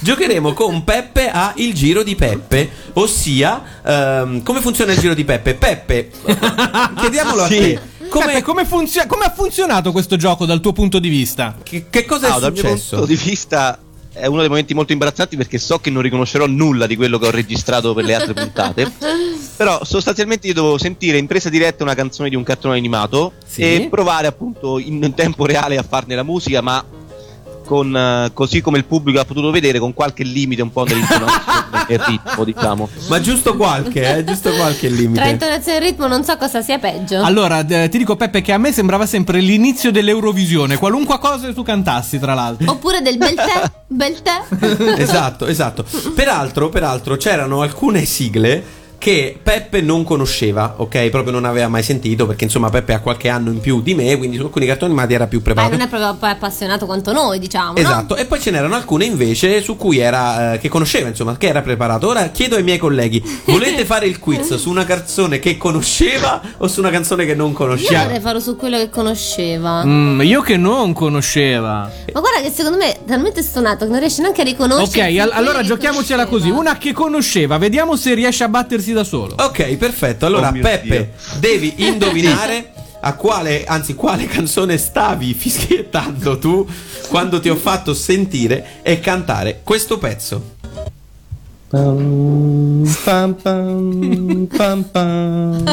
Giocheremo con Peppe a Il Giro di Peppe, ossia ehm, come funziona il Giro di Peppe? Peppe, Ah, chiediamolo Sì. a te. Come, come, funzio- come ha funzionato questo gioco dal tuo punto di vista? Che, cosa Ah, dal mio punto di vista è uno dei momenti molto imbarazzanti perché so che non riconoscerò nulla di quello che ho registrato per le [laughs] altre puntate. Però sostanzialmente io devo sentire in presa diretta una canzone di un cartone animato e provare appunto in tempo reale a farne la musica, ma con, eh, così come il pubblico ha potuto vedere, con qualche limite un po' dell'intonazione e ritmo, diciamo. Ma giusto qualche, eh, giusto [laughs] qualche Tra intonazione e ritmo non so cosa sia peggio. Allora, d- ti dico Peppe che a me sembrava sempre l'inizio dell'Eurovisione, qualunque cosa tu cantassi, tra l'altro. Oppure del bel tè, [laughs] bel tè. esatto, esatto. Peraltro, peraltro c'erano alcune sigle che Peppe non conosceva, ok? Proprio non aveva mai sentito perché insomma Peppe ha qualche anno in più di me, quindi su alcuni cartoni animati era più Ma preparato. Eh, non è proprio poi appassionato quanto noi, diciamo. no? Esatto, e poi ce n'erano alcune invece su cui era eh, che conosceva, insomma, che era preparato. Ora chiedo ai miei colleghi: volete fare il quiz su una canzone che conosceva o su una canzone che non Io conosceva? vorrei farlo su quello che conosceva. Mm. Mm, io che non conosceva. Eh. Ma guarda che secondo me è talmente stonato che non riesce neanche a Ok, riconoscere. al- allora giochiamocela così. Una che conosceva, vediamo se riesce a battersi da solo. Ok, perfetto. Allora, Oh mio Peppe, [laughs] devi indovinare a quale, anzi, quale canzone stavi fischiettando tu quando ti ho fatto sentire e cantare questo pezzo. Pam, pam, pam, pam, pam.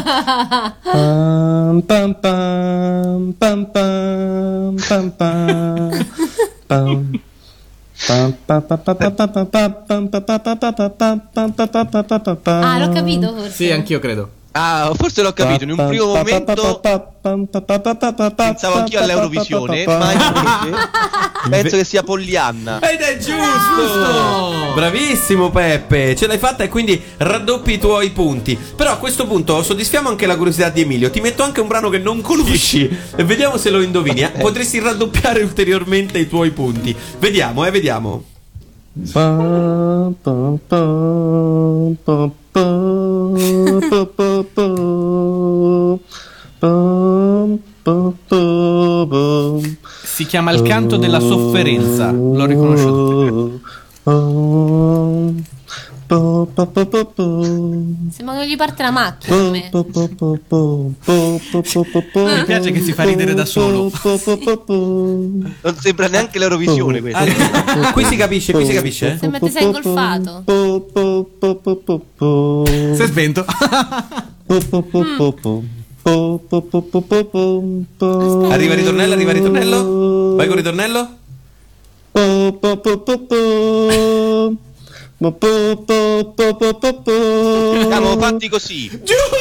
Pam, pam, pam, pam, pam, pam, pam. Pam. Pam, pam, pam, pam, pam, pam, pam, pam, pam, pam, pam, pam, pam, pam, pam, pam, pam, pam, pam, pam. Ah, l'ho capito forse. Sì, anch'io credo. Ah, forse l'ho capito. In un primo momento pensavo anch'io all'Eurovisione, ma invece [laughs] penso che sia Pollyanna. Ed è giusto! Bravissimo Peppe, ce l'hai fatta e quindi raddoppi i tuoi punti. Però a questo punto soddisfiamo anche la curiosità di Emilio. Ti metto anche un brano che non conosci e vediamo se lo indovini. eh. Potresti raddoppiare ulteriormente i tuoi punti. Vediamo, eh, vediamo. Pam, pam, pam, pam, pam, pam, pam, pam. Pam, pam, pam, pam. Si chiama il canto della sofferenza. L'ho riconosciuto. Pam, pam, pam, pam, pam, pam. [laughs] Sembra che gli parte la Mm. macchina. a Pam, me. pam, pam, pam, pam, pam, pam, pam, pam, Mi piace che si fa ridere da solo. pam, pam, pam, pam. Non sembra neanche l'Eurovisione questo. Oh. Ah, qui si capisce, qui si capisce. eh? Sembra ti sei ingolfato. Si è spento. Mm. Arriva il ritornello, arriva il ritornello. Vai con il ritornello. Siamo fatti così. Giusto!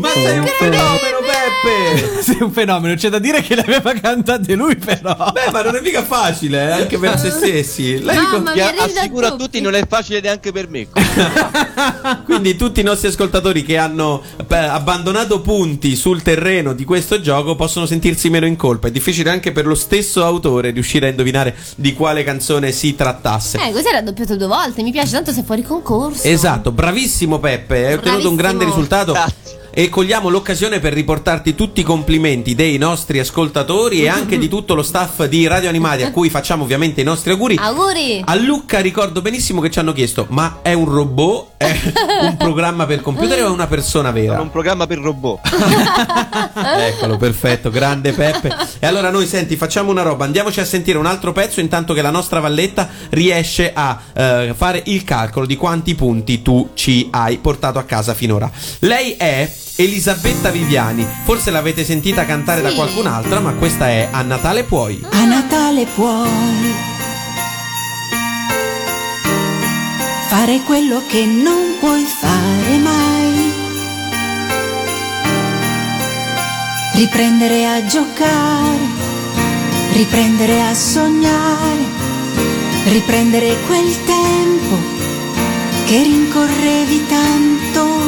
Ma sei un fenomeno, Peppe! [laughs] Sei un fenomeno. C'è da dire che l'aveva cantate lui, però. Beh, ma non è mica facile, eh, anche per [laughs] se stessi. Lei Mamma, ricor- mi arriva il assicuro a tutti non è facile neanche per me. [laughs] Quindi tutti i nostri ascoltatori che hanno beh, abbandonato punti sul terreno di questo gioco possono sentirsi meno in colpa. È difficile anche per lo stesso autore riuscire a indovinare di quale canzone si trattasse. Eh, così era doppiato due volte. Mi piace tanto se fuori concorso. Esatto, bravissimo Peppe, hai ottenuto un Bravissimo. grande risultato. E cogliamo l'occasione per riportarti tutti i complimenti dei nostri ascoltatori e anche di tutto lo staff di Radio Animati, a cui facciamo ovviamente i nostri auguri. Auguri! A Lucca ricordo benissimo che ci hanno chiesto: ma è un robot? È un programma per computer o è una persona vera? Un programma per robot. [laughs] Eccolo, perfetto, grande Peppe. E allora noi senti, facciamo una roba, andiamoci a sentire un altro pezzo intanto che la nostra Valletta riesce a eh, fare il calcolo di quanti punti tu ci hai portato a casa finora. Lei è Elisabetta Viviani, forse l'avete sentita cantare da Sì. qualcun'altra, ma questa è A Natale puoi. A Natale puoi fare quello che non puoi fare mai. Riprendere a giocare, riprendere a sognare, riprendere quel tempo che rincorrevi tanto.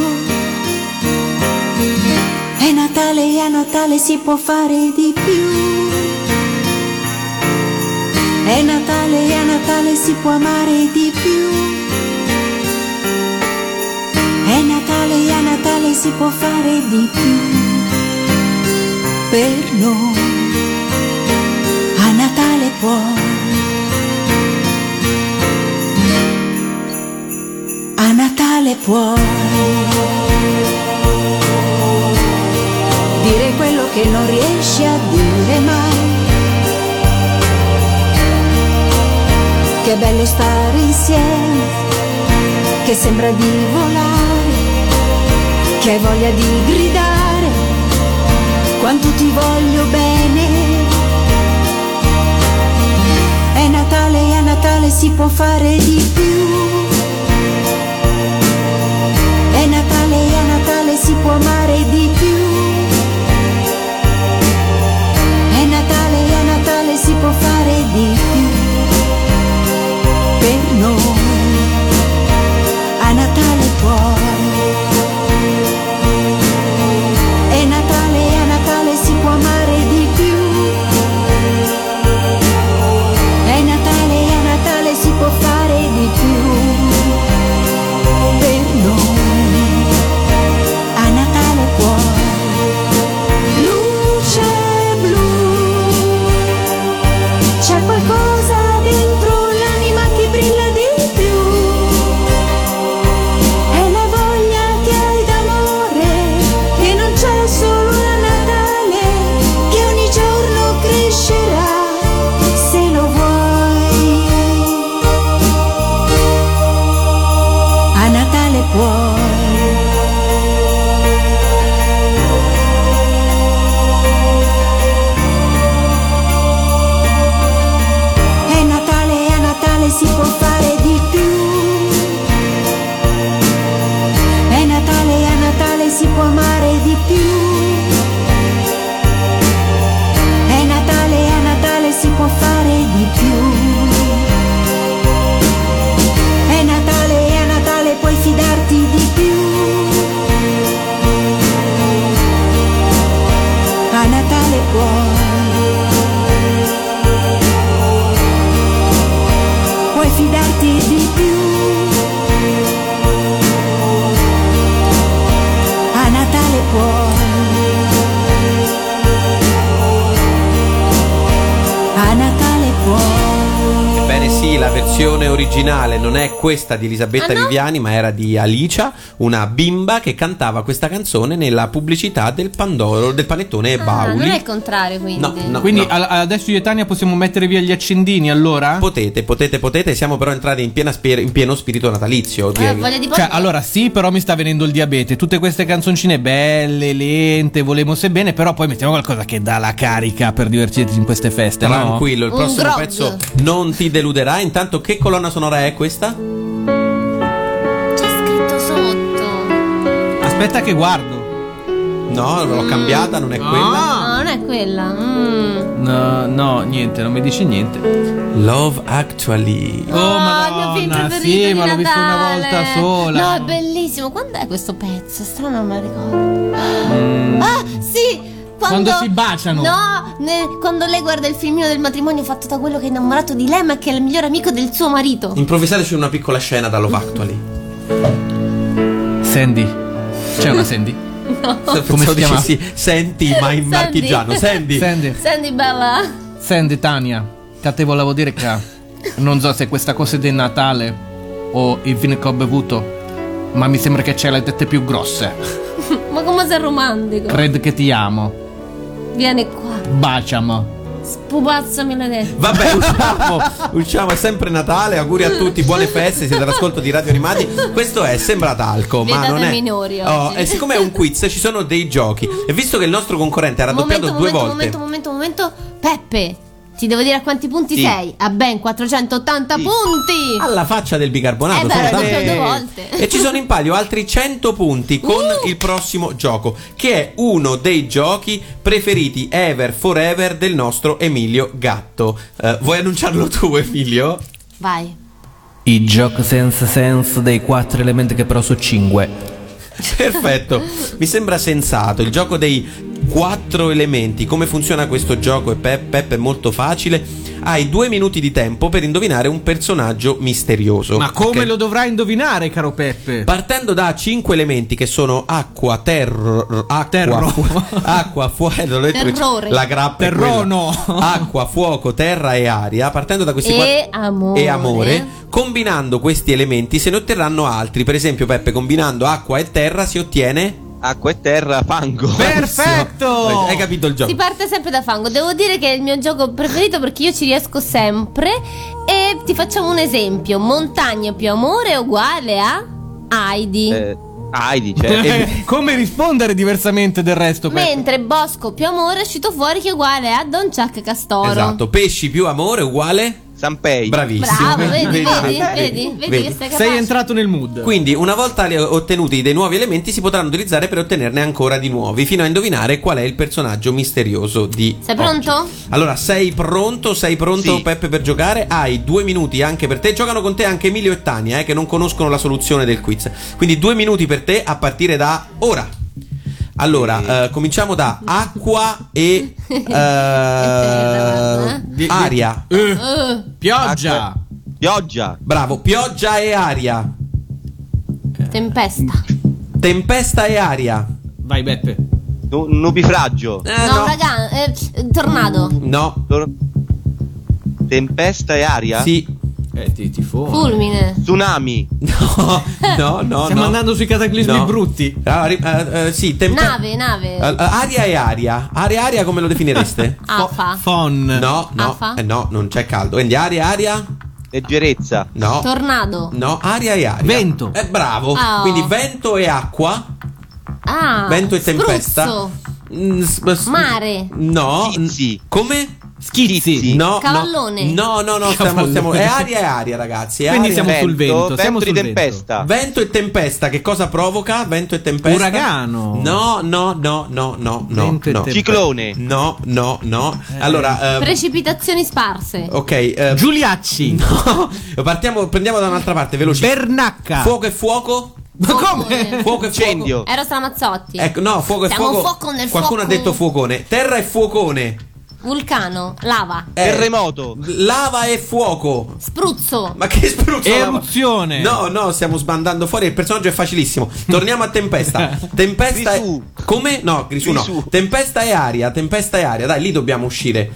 È Natale, a Natale si può fare di più. È Natale, a Natale si può amare di più. È Natale, a Natale si può fare di più. Per noi, a Natale puoi. A Natale puoi. Dire quello che non riesci a dire mai. Che è bello stare insieme, che sembra di volare, che hai voglia di gridare, quanto ti voglio bene. È Natale, a Natale si può fare di più. È Natale, a Natale si può amare di più. È Natale, a Natale si può fare di più per noi. A Natale puoi, si può amare di più. È Natale, è Natale, si può fare di più. È Natale, è Natale, puoi fidarti di più. A Natale puoi. Puoi fidarti di più. A Natale puoi. A Natale puoi. Ebbene sì, la versione originale non è questa di Ah, Elisabetta Viviani, ma era di Alicia, una bimba che cantava questa canzone nella pubblicità del Pandoro, del panettone Ah, non è Eh, Bauli. il contrario, quindi. No, no, Quindi no. al- adesso io e Tania possiamo mettere via gli accendini allora? Potete, potete, potete, siamo però entrati in, piena sper- in pieno spirito Eh, natalizio. direi. Cioè, allora sì, però mi sta venendo il diabete. Tutte queste canzoncine belle, lente, volemo se bene, però poi mettiamo qualcosa che dà la carica per divertirti in queste feste. no? Cioè, Tranquillo, il prossimo pezzo non ti deluderà. Intanto, che colonna sonora è questa? C'è scritto sotto. Aspetta che guardo. No, l'ho cambiata, non è quella. No, non è quella. Mm. No, no, niente, non mi dici niente. Love Actually. Oh, Ah, il mio film Madonna, preferito sì, di ma l'ho visto una Natale. volta sola. No, è bellissimo. Quando è questo pezzo? Strano, non me lo ricordo. Ah, sì. Quando, Mm. Quando si baciano. No, ne- quando lei guarda il filmino del matrimonio fatto da quello che è innamorato di lei, ma che è il migliore amico del suo marito. Improvvisateci una piccola scena da Love Actually. Sandy. C'è una Sandy? [laughs] [laughs] Come si chiama? Sì, senti, ma in Sandy. marchigiano. Sandy. Sandy. Sandy Bella. [laughs] Senti Tania, che te volevo dire che non so se questa cosa è del Natale o il vino che ho bevuto, ma mi sembra che c'è le tette più grosse. ma come sei romantico? Credo che ti amo. Vieni qua. Baciamo. Spupazzami la testa. Vabbè, usciamo, [laughs] usciamo, è sempre Natale. Auguri a tutti, buone feste. Siete all'ascolto di Radio Animati. Questo è Sembra Talco, ma Vietate non è. minori Oh, oggi. e siccome è un quiz, ci sono dei giochi. E visto che il nostro concorrente ha raddoppiato Momento, due momento, volte. momento, momento, momento. Peppe, ti devo dire a quanti punti Sì. sei? A ben 480 punti. Alla faccia del bicarbonato, Eh beh, sono l'ho tanti. detto due volte. Uh! E ci sono in palio altri 100 punti con il prossimo gioco, che è uno dei giochi preferiti ever forever del nostro Emilio Gatto. Eh, vuoi annunciarlo tu, Emilio? Vai. Il gioco senza senso dei quattro elementi che però sono cinque. Perfetto, mi sembra sensato. Il gioco dei quattro elementi. Come funziona questo gioco? E Pep, Pep è molto facile. Hai due minuti di tempo per indovinare un personaggio misterioso. Ma come Ok? lo dovrai indovinare, caro Peppe? Partendo da cinque elementi che sono acqua, terro, acqua, fu- acqua, fuoco, l'ho detto che c- Terrore. la grappa è Terrono. quella. acqua, fuoco, terra e aria. Partendo da questi E quattro amore. e amore, combinando questi elementi se ne otterranno altri. Per esempio, Peppe, combinando acqua e terra si ottiene acqua e terra, fango. Perfetto! Hai capito il Si gioco? parte sempre da fango. Devo dire che è il mio gioco preferito perché io ci riesco sempre. E ti facciamo un esempio: montagna più amore è uguale a Heidi. Eh, Heidi, cioè- [laughs] come rispondere diversamente del resto, Peppe? Mentre bosco più amore è uscito fuori che è uguale a Don Chuck Castoro. Esatto, pesci più amore uguale Sanpei. Bravissimo. Bravo, vedi, vedi, vedi, vedi, vedi. che sei capace. Sei entrato nel mood. Quindi, una volta li- ottenuti dei nuovi elementi, si potranno utilizzare per ottenerne ancora di nuovi, fino a indovinare qual è il personaggio misterioso di. Sei pronto? Allora, sei pronto? Sei pronto, Peppe, per giocare? Hai due minuti anche per te. Giocano con te anche Emilio e Tania, eh, che non conoscono la soluzione del quiz. Quindi, due minuti per te a partire da ora. Allora, eh, cominciamo da acqua [laughs] e eh, aria. Eh. Pioggia. Pioggia. Bravo, pioggia e aria. Eh, Tempesta. Tempesta e aria. Vai, Beppe. nubifragio. no, uragano, eh, tornado. No. Tempesta e aria? Sì. Eh, ti, tifone. Fulmine. Tsunami. No, [laughs] no, no. Stiamo no. andando sui cataclismi No. brutti. Ah, ri- eh, eh, sì, tempe- Nave, nave. Eh, eh, aria e Oh, aria. Aria e aria come lo [laughs] definireste? Afa. Fon. Ah, No, no, Afa. eh, no, non c'è caldo. Quindi aria e aria? Leggerezza. No. Tornado. No, aria e aria. Vento. Eh, bravo. Ah. Quindi vento e acqua. Ah. Vento e tempesta. spruzzo. Mm, s- s- Mare. No. Sì. Come? Schizzi. No, no. Cavallone. No, no, no, stiamo, Cavallone. stiamo- è aria e aria, ragazzi. è Quindi aria. siamo sul vento, Vento, siamo vento sul di tempesta. Vento. e tempesta, che cosa provoca? Vento e tempesta. Uragano. No, no, no, no, no, no. Vento e no. tempesta. Ciclone. No, no, no. Allora, eh, Precipitazioni sparse. ok. Giuliacci. [laughs] No, partiamo, prendiamo da un'altra parte, veloce. Bernacca. Fuoco e fuoco. Ma come? Fuoco e fuoco. Ero Stramazzotti. Ecco, no, fuoco e Siamo fuoco. fuoco nel Qualcuno ha fuoco. detto fuocone. Terra e fuocone. Vulcano, lava, Terremoto. Lava e fuoco. spruzzo. Eh. Ma [laughs] che spruzzo Eruzione. No, no, stiamo sbandando fuori. Il personaggio è facilissimo. Torniamo [laughs] a Tempesta. Tempesta. è... Come? No, Grisù, no. Tempesta e aria. Tempesta e aria. Dai, lì dobbiamo uscire.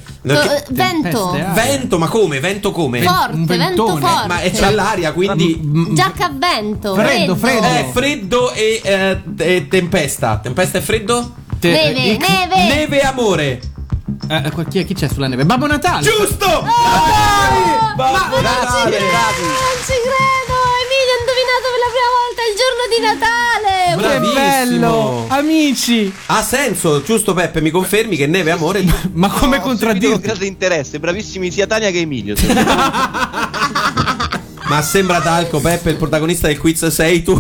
eh, Perché- vento. Tempesta e aria. Vento, ma come? Vento come? Eh, Forte, vento forte. Ma e c'è l'aria, quindi. Giacca a vento. mm, Freddo, Eh, freddo e, eh, e tempesta. Tempesta e freddo? Neve, Ic- neve. Neve e amore. Eh, qua- chi, è- chi c'è sulla neve? Babbo Natale! Giusto! Ma, Babbo non ci Natale, credo, bravi. non ci credo. Emilio ha indovinato per la prima volta il giorno di Natale. Bravissimo. Eh, bello, amici. Ha senso, giusto Peppe? Mi confermi che neve e amore. [laughs] Ma come contraddirti? Con grande interesse, bravissimi sia Tania che Emilio. [laughs] Ma sembra talco, Peppe, il protagonista del quiz [laughs] sei tu.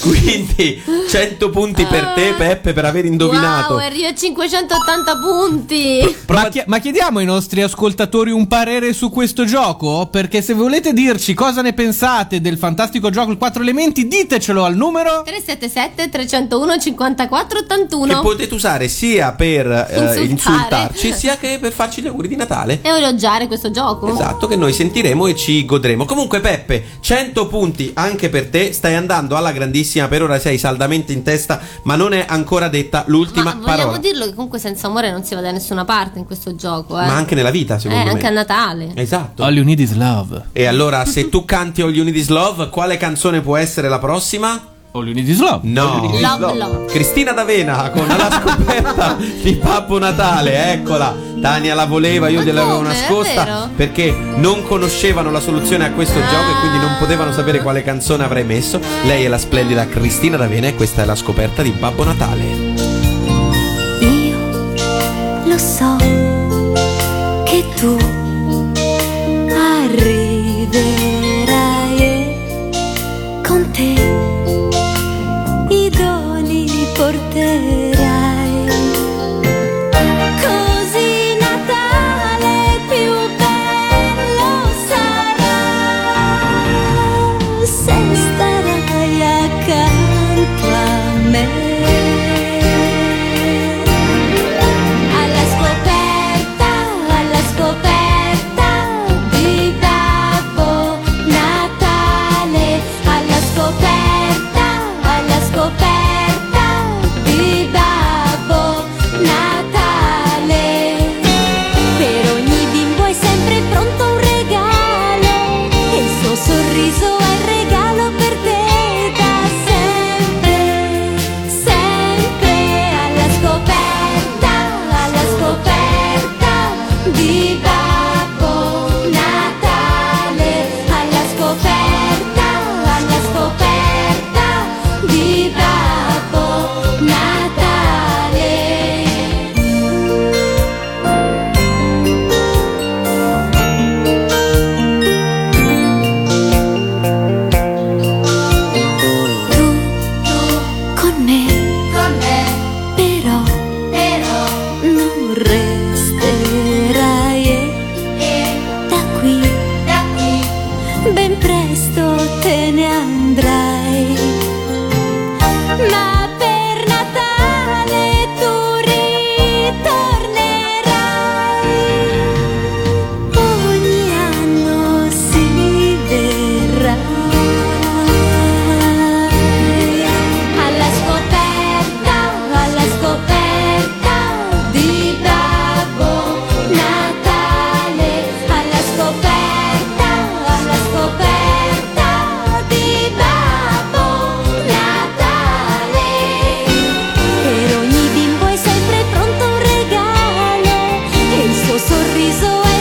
Quindi 100 punti per Ah. te, Peppe, per aver indovinato. Wow, arriva a 580 punti. Ma, chi- ma chiediamo ai nostri ascoltatori un parere su questo gioco? Perché se volete dirci cosa ne pensate del fantastico gioco Il 4 Elementi, ditecelo al numero. 377 301 54 che 81. potete usare sia per eh, Insultare. insultarci, sia che per farci gli auguri di Natale. E elogiare questo gioco. Esatto, che noi sentiremo e ci godremo. Comunque, Peppe, 100 punti anche per te. Stai andando alla grandissima. Per ora sei saldamente in testa, ma non è ancora detta l'ultima Ma vogliamo parola. dirlo che comunque senza amore non si va da nessuna parte in questo gioco, eh. Ma anche nella vita, eh, secondo me. anche a Natale. Esatto. All you need is love. E allora, se tu canti All You Need Is Love, quale canzone può essere la prossima? All You Need Is Love. No. Love, love. Cristina D'Avena con la scoperta di Babbo Natale, eccola. Tania la voleva, io gliel'avevo come? È vero? nascosta perché non conoscevano la soluzione a questo gioco e quindi non potevano sapere quale canzone avrei messo. Lei è la splendida Cristina D'Avena e questa è la scoperta di Babbo Natale. Io lo so che tu arriverai e con te i doni li porterai. Così Natale più bello sarà se starai accanto a me. Alla scoperta, alla scoperta di Babbo Natale, alla scoperta, alla scoperta di Babbo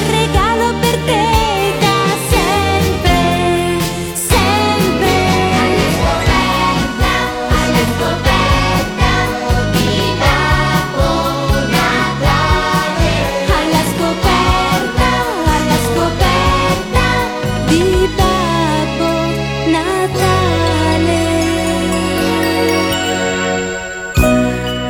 É.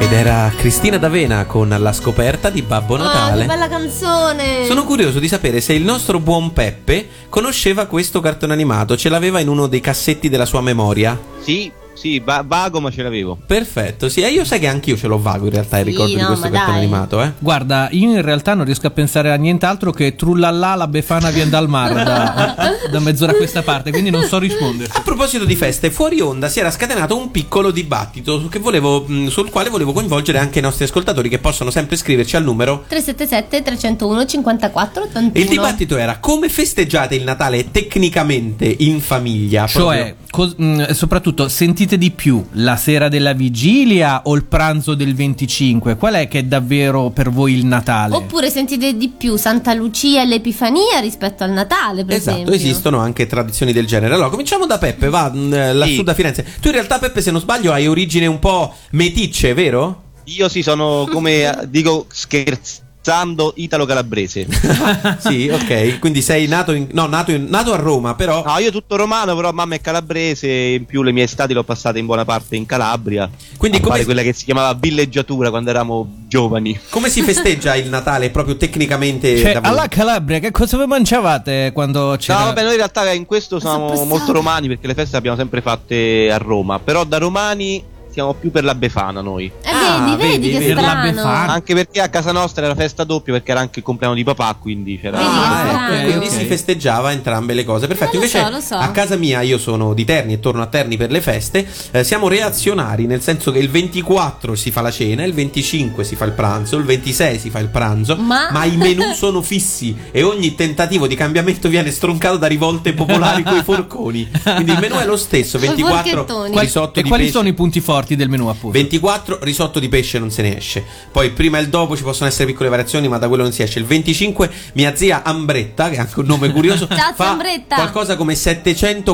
Ed era Cristina D'Avena con La scoperta di Babbo Ah, Natale. che bella canzone! Sono curioso di sapere se il nostro buon Peppe conosceva questo cartone animato, ce l'aveva in uno dei cassetti della sua memoria. Sì, sì, va- vago ma ce l'avevo. Perfetto, sì, e io sai che anch'io ce l'ho vago in realtà il Sì, ricordo di no, questo ma cartone dai. animato, eh. Guarda, io in realtà non riesco a pensare a nient'altro che trullallà la befana viene dal mar da, da mezz'ora a questa parte, quindi non so rispondere. A proposito di feste, fuori onda si era scatenato un piccolo dibattito su- che volevo- mh, sul quale volevo coinvolgere anche i nostri ascoltatori che possono sempre scriverci al numero 377 301 54 81. Il dibattito era come festeggiate il Natale tecnicamente in famiglia? Cioè, cos- mh, soprattutto sentite di più la sera della vigilia o il pranzo del 25? Qual è che è davvero per voi il Natale? Oppure sentite di più Santa Lucia e l'Epifania rispetto al Natale, per Esatto, esempio. esistono anche tradizioni del genere. Allora, cominciamo da Peppe, va mh, eh, lassù da Firenze. Tu in realtà, Peppe, se non sbaglio, hai origine un po' meticce, vero? Io sì, sono come eh, dico scherzando italo-calabrese. [laughs] sì, ok. Quindi sei nato, in- no, nato, in- nato a Roma, però. No, io tutto romano, però mamma è calabrese, in più le mie estati le ho passate in buona parte in Calabria. Quindi come quella che si chiamava villeggiatura quando eravamo giovani. Come si festeggia il Natale proprio tecnicamente? Cioè, da voi? alla Calabria, che cosa vi mangiavate quando c'era? No, vabbè, noi in realtà in questo siamo molto romani perché le feste le abbiamo sempre fatte a Roma, però da romani siamo più per la Befana noi. Eh, vedi, Ah, vedi, che Per la strano. Befana. Anche perché a casa nostra era festa doppia perché era anche il compleanno di papà, quindi c'era... Ah, ecco, quindi si festeggiava entrambe le cose. Perfetto. lo Invece so, lo so. a casa mia io sono di Terni e torno a Terni per le feste. eh, siamo reazionari, nel senso che il 24 si fa la cena, il 25 si fa il pranzo, il 26 si fa il pranzo, Ma- i [laughs] menù sono fissi e ogni tentativo di cambiamento viene stroncato da rivolte [laughs] popolari coi forconi. Quindi il menù è lo stesso, Coi 24 Qual- risotto e di quali pesce. sono i punti forti del menù, appunto? 24 risotto di pesce non se ne esce. Poi il prima e il dopo ci possono essere piccole variazioni, ma da quello non si esce. Il 25 mia zia Ambretta, che è anche un nome [laughs] curioso, Ciao, zia fa Ambretta. qualcosa come 700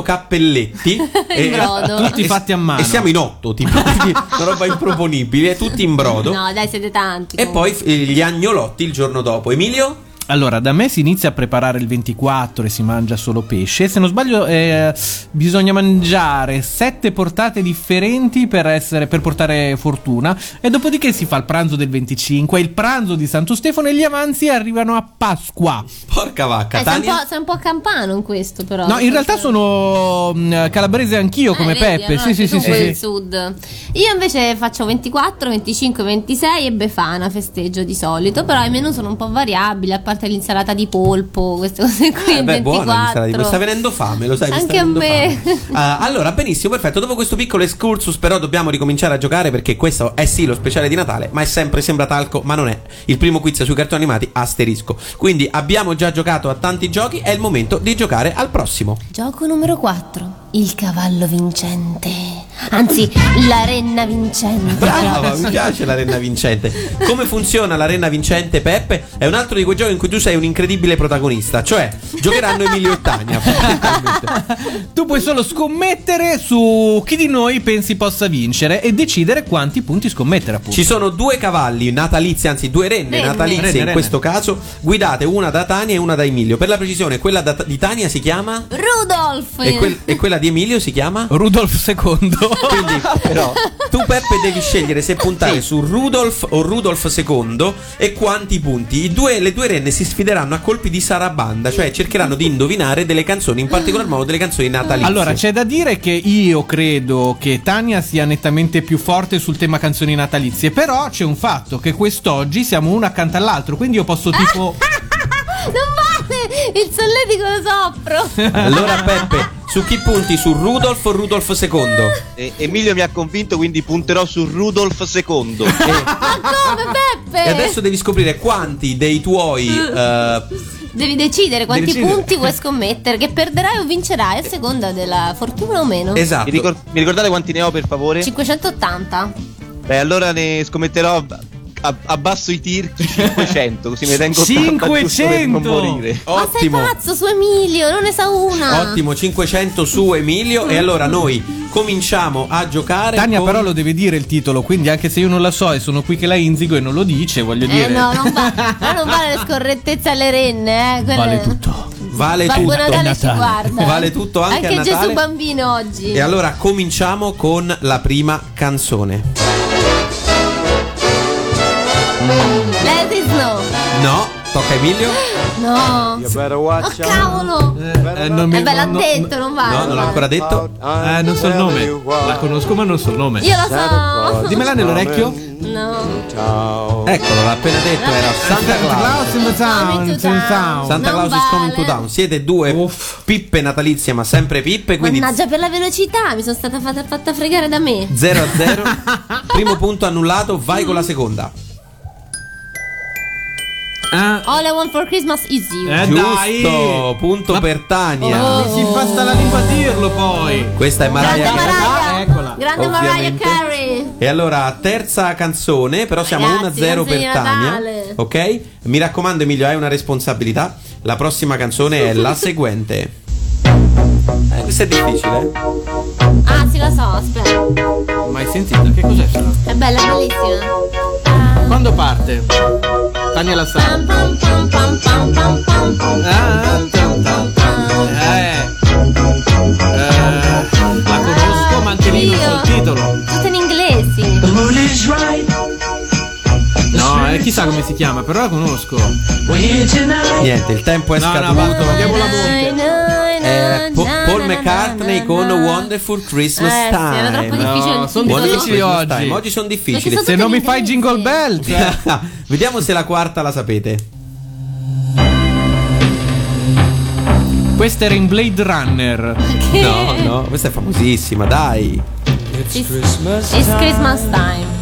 [laughs] cappelletti In brodo. Tutti fatti a mano. E siamo in otto, tipo, [laughs] quindi una roba improponibile, tutti in brodo. No, dai, siete tanti. E poi eh, gli agnolotti il giorno dopo. Emilio? Allora, da me si inizia a preparare il 24 e si mangia solo pesce. Se non sbaglio, eh, bisogna mangiare sette portate differenti per, essere- per portare fortuna. E dopodiché si fa il pranzo del 25, il pranzo di Santo Stefano e gli avanzi arrivano a Pasqua. Porca vacca, Eh, sei, un po', sei un po' campano in questo, però. No, in realtà sono mh, calabrese anch'io come Eh, vedi, Peppe. allora sì, sì, anche sì, tu sì, vuoi sì. il sud. Io invece faccio 24, 25, 26 e Befana festeggio di solito, però i menù sono un po' variabili, a parte l'insalata di polpo, queste cose qui, Eh, beh, buona l'insalata di 24. polpo. Sta venendo fame, lo sai, mi sta Anche a venendo me. Ah, allora, benissimo, perfetto. Dopo questo piccolo excursus, però, dobbiamo ricominciare a giocare perché questo è sì lo speciale di Natale, ma è sempre sembra talco, ma non è. Il primo quiz sui cartoni animati asterisco. Quindi abbiamo già giocato a tanti giochi, è il momento di giocare al prossimo. [laughs] Gioco numero 4, il cavallo vincente. Anzi, la renna vincente. Brava, mi piace la renna vincente. Come funziona la renna vincente, Peppe? È un altro di quei giochi in cui tu sei un incredibile protagonista, cioè giocheranno Emilio e Tania. Tu puoi solo scommettere su chi di noi pensi possa vincere e decidere quanti punti scommettere, appunto. Ci sono due cavalli natalizi, anzi due renne, Renne. natalizie Renne, in renne. questo caso, guidate una da Tania e una da Emilio. Per la precisione, quella da- di Tania si chiama [laughs] Rudolf. e, quel- e quella di Emilio si chiama Rudolf II. [laughs] Quindi, però, tu Peppe devi scegliere se puntare su Rudolf o Rudolf II e quanti punti. I due- le due renne si sfideranno a colpi di sarabanda, cioè cercheranno di indovinare delle canzoni, in particolar modo delle canzoni natalizie. Allora, c'è da dire che io credo che Tania sia nettamente più forte sul tema canzoni natalizie, però c'è un fatto che quest'oggi siamo uno accanto all'altro, quindi io posso tipo... [laughs] Non vale! Il solletico lo soffro. [laughs] Allora, Peppe, su chi punti? Su Rudolf o Rudolf II? E- Emilio mi ha convinto, quindi punterò su Rudolf II. Ma come Peppe? E adesso devi scoprire quanti [laughs] dei tuoi eh, Devi decidere quanti Devi decidere. punti vuoi scommettere, che perderai o vincerai a seconda della fortuna o meno. esatto. Mi, ricor- mi ricordate quanti ne ho per favore? 580. Beh, allora ne scommetterò. a- a- Abbasso i tir 500, così mi tengo 500! tanto giusto per non morire. Ottimo. Ma sei pazzo su Emilio, non ne sa una. Ottimo, 500 su Emilio. E allora noi cominciamo a giocare. Tania con- però lo deve dire il titolo, quindi anche se io non la so e sono qui che la inzigo e non lo dice, voglio Eh dire... no, non va- ma non vale le scorrettezze alle renne, eh. quelle- Vale tutto. Vale Babbo tutto. Natale ci guarda. Vale tutto anche, a Anche Natale. Gesù bambino oggi. E allora cominciamo con la prima canzone. Let it snow. No, tocca a Emilio. No. Oh cavolo. Eh, non mi- Eh beh, l'ha non- non- detto, non vale. No, non l'ho ancora detto. Eh, non so il nome. La conosco, ma non so il nome. Certo. Io lo so. Dimmela nell'orecchio. No. Eccolo, l'ha appena detto, era Santa Claus. in the town, in the town. Santa Non Claus is coming to town. Siete due pippe natalizie, ma sempre pippe, quindi Mannaggia per la velocità, mi sono stata fatta, fatta fregare da me. 0 a [laughs] 0. Primo punto annullato, vai con la seconda. Eh, All I want for Christmas is you. Eh, Oh. Giusto, punto per Tania. Mi si fa sta la lingua a Oh, dirlo poi. Questa è Mariah Grande Carey. Mariah. Eccola. Grande Mariah Ovviamente. Carey. E allora, terza canzone, però siamo Ragazzi, 1-0 canzoni per di Tania. Natale. Ok? Mi raccomando, Emilio, hai una responsabilità. La prossima canzone è [laughs] la seguente. Eh, questa è difficile. Ah, sì, la so, aspetta. Mai sentita? Che cos'è? sta? È bella, è bellissima. Quando parte? Tania la sa. Ah, tam, tam, tam. Eh. Eh, la conosco, ma anche lì non so il titolo. Tutto in inglese. No, eh, chissà come si chiama, però la conosco. Niente, il tempo è No, no, scaduto. basta, togliamo la mu- Eh, Po- Paul McCartney con Wonderful Christmas Eh, sì, Time. era troppo difficile il No, son Wonderful difficili Christmas oggi. Time. Oggi sono difficili. Se non mi fai jingle bell, cioè. [laughs] Vediamo se la quarta la sapete. Questa era in Blade Runner. Che? No, no, questa è famosissima, dai. It's Christmas time. It's Christmas time.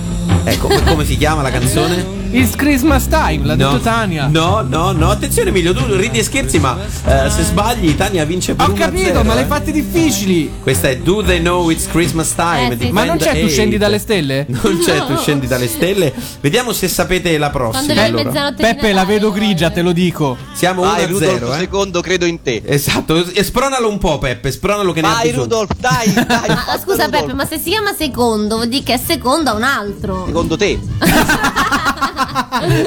Eh, come- come si chiama la canzone? It's Christmas time, l'ha No. detto Tania. No, no, no, attenzione Emilio, tu ridi e scherzi, ma eh, se sbagli Tania vince per Ho 1 a capito, 0, ma eh. le fatti difficili. Questa è Do They Know It's Christmas Time Eh, di sì. Ma non Band c'è Tu Aid. scendi dalle stelle? [laughs] Non c'è No. Tu scendi dalle stelle. Vediamo se sapete la prossima viene allora. mezzanotte di Peppe, la Natale. vedo grigia, te lo dico. Siamo Vai, 1 a Rudolfo, 0, eh. secondo credo in te. Esatto, e spronalo un po' Peppe, spronalo che ne ha Vai bisogno. Rudolf, [laughs] dai, dai. Ma ah, scusa Peppe, ma se si chiama secondo, vuol dire che è secondo a un altro. [laughs] Secondo te?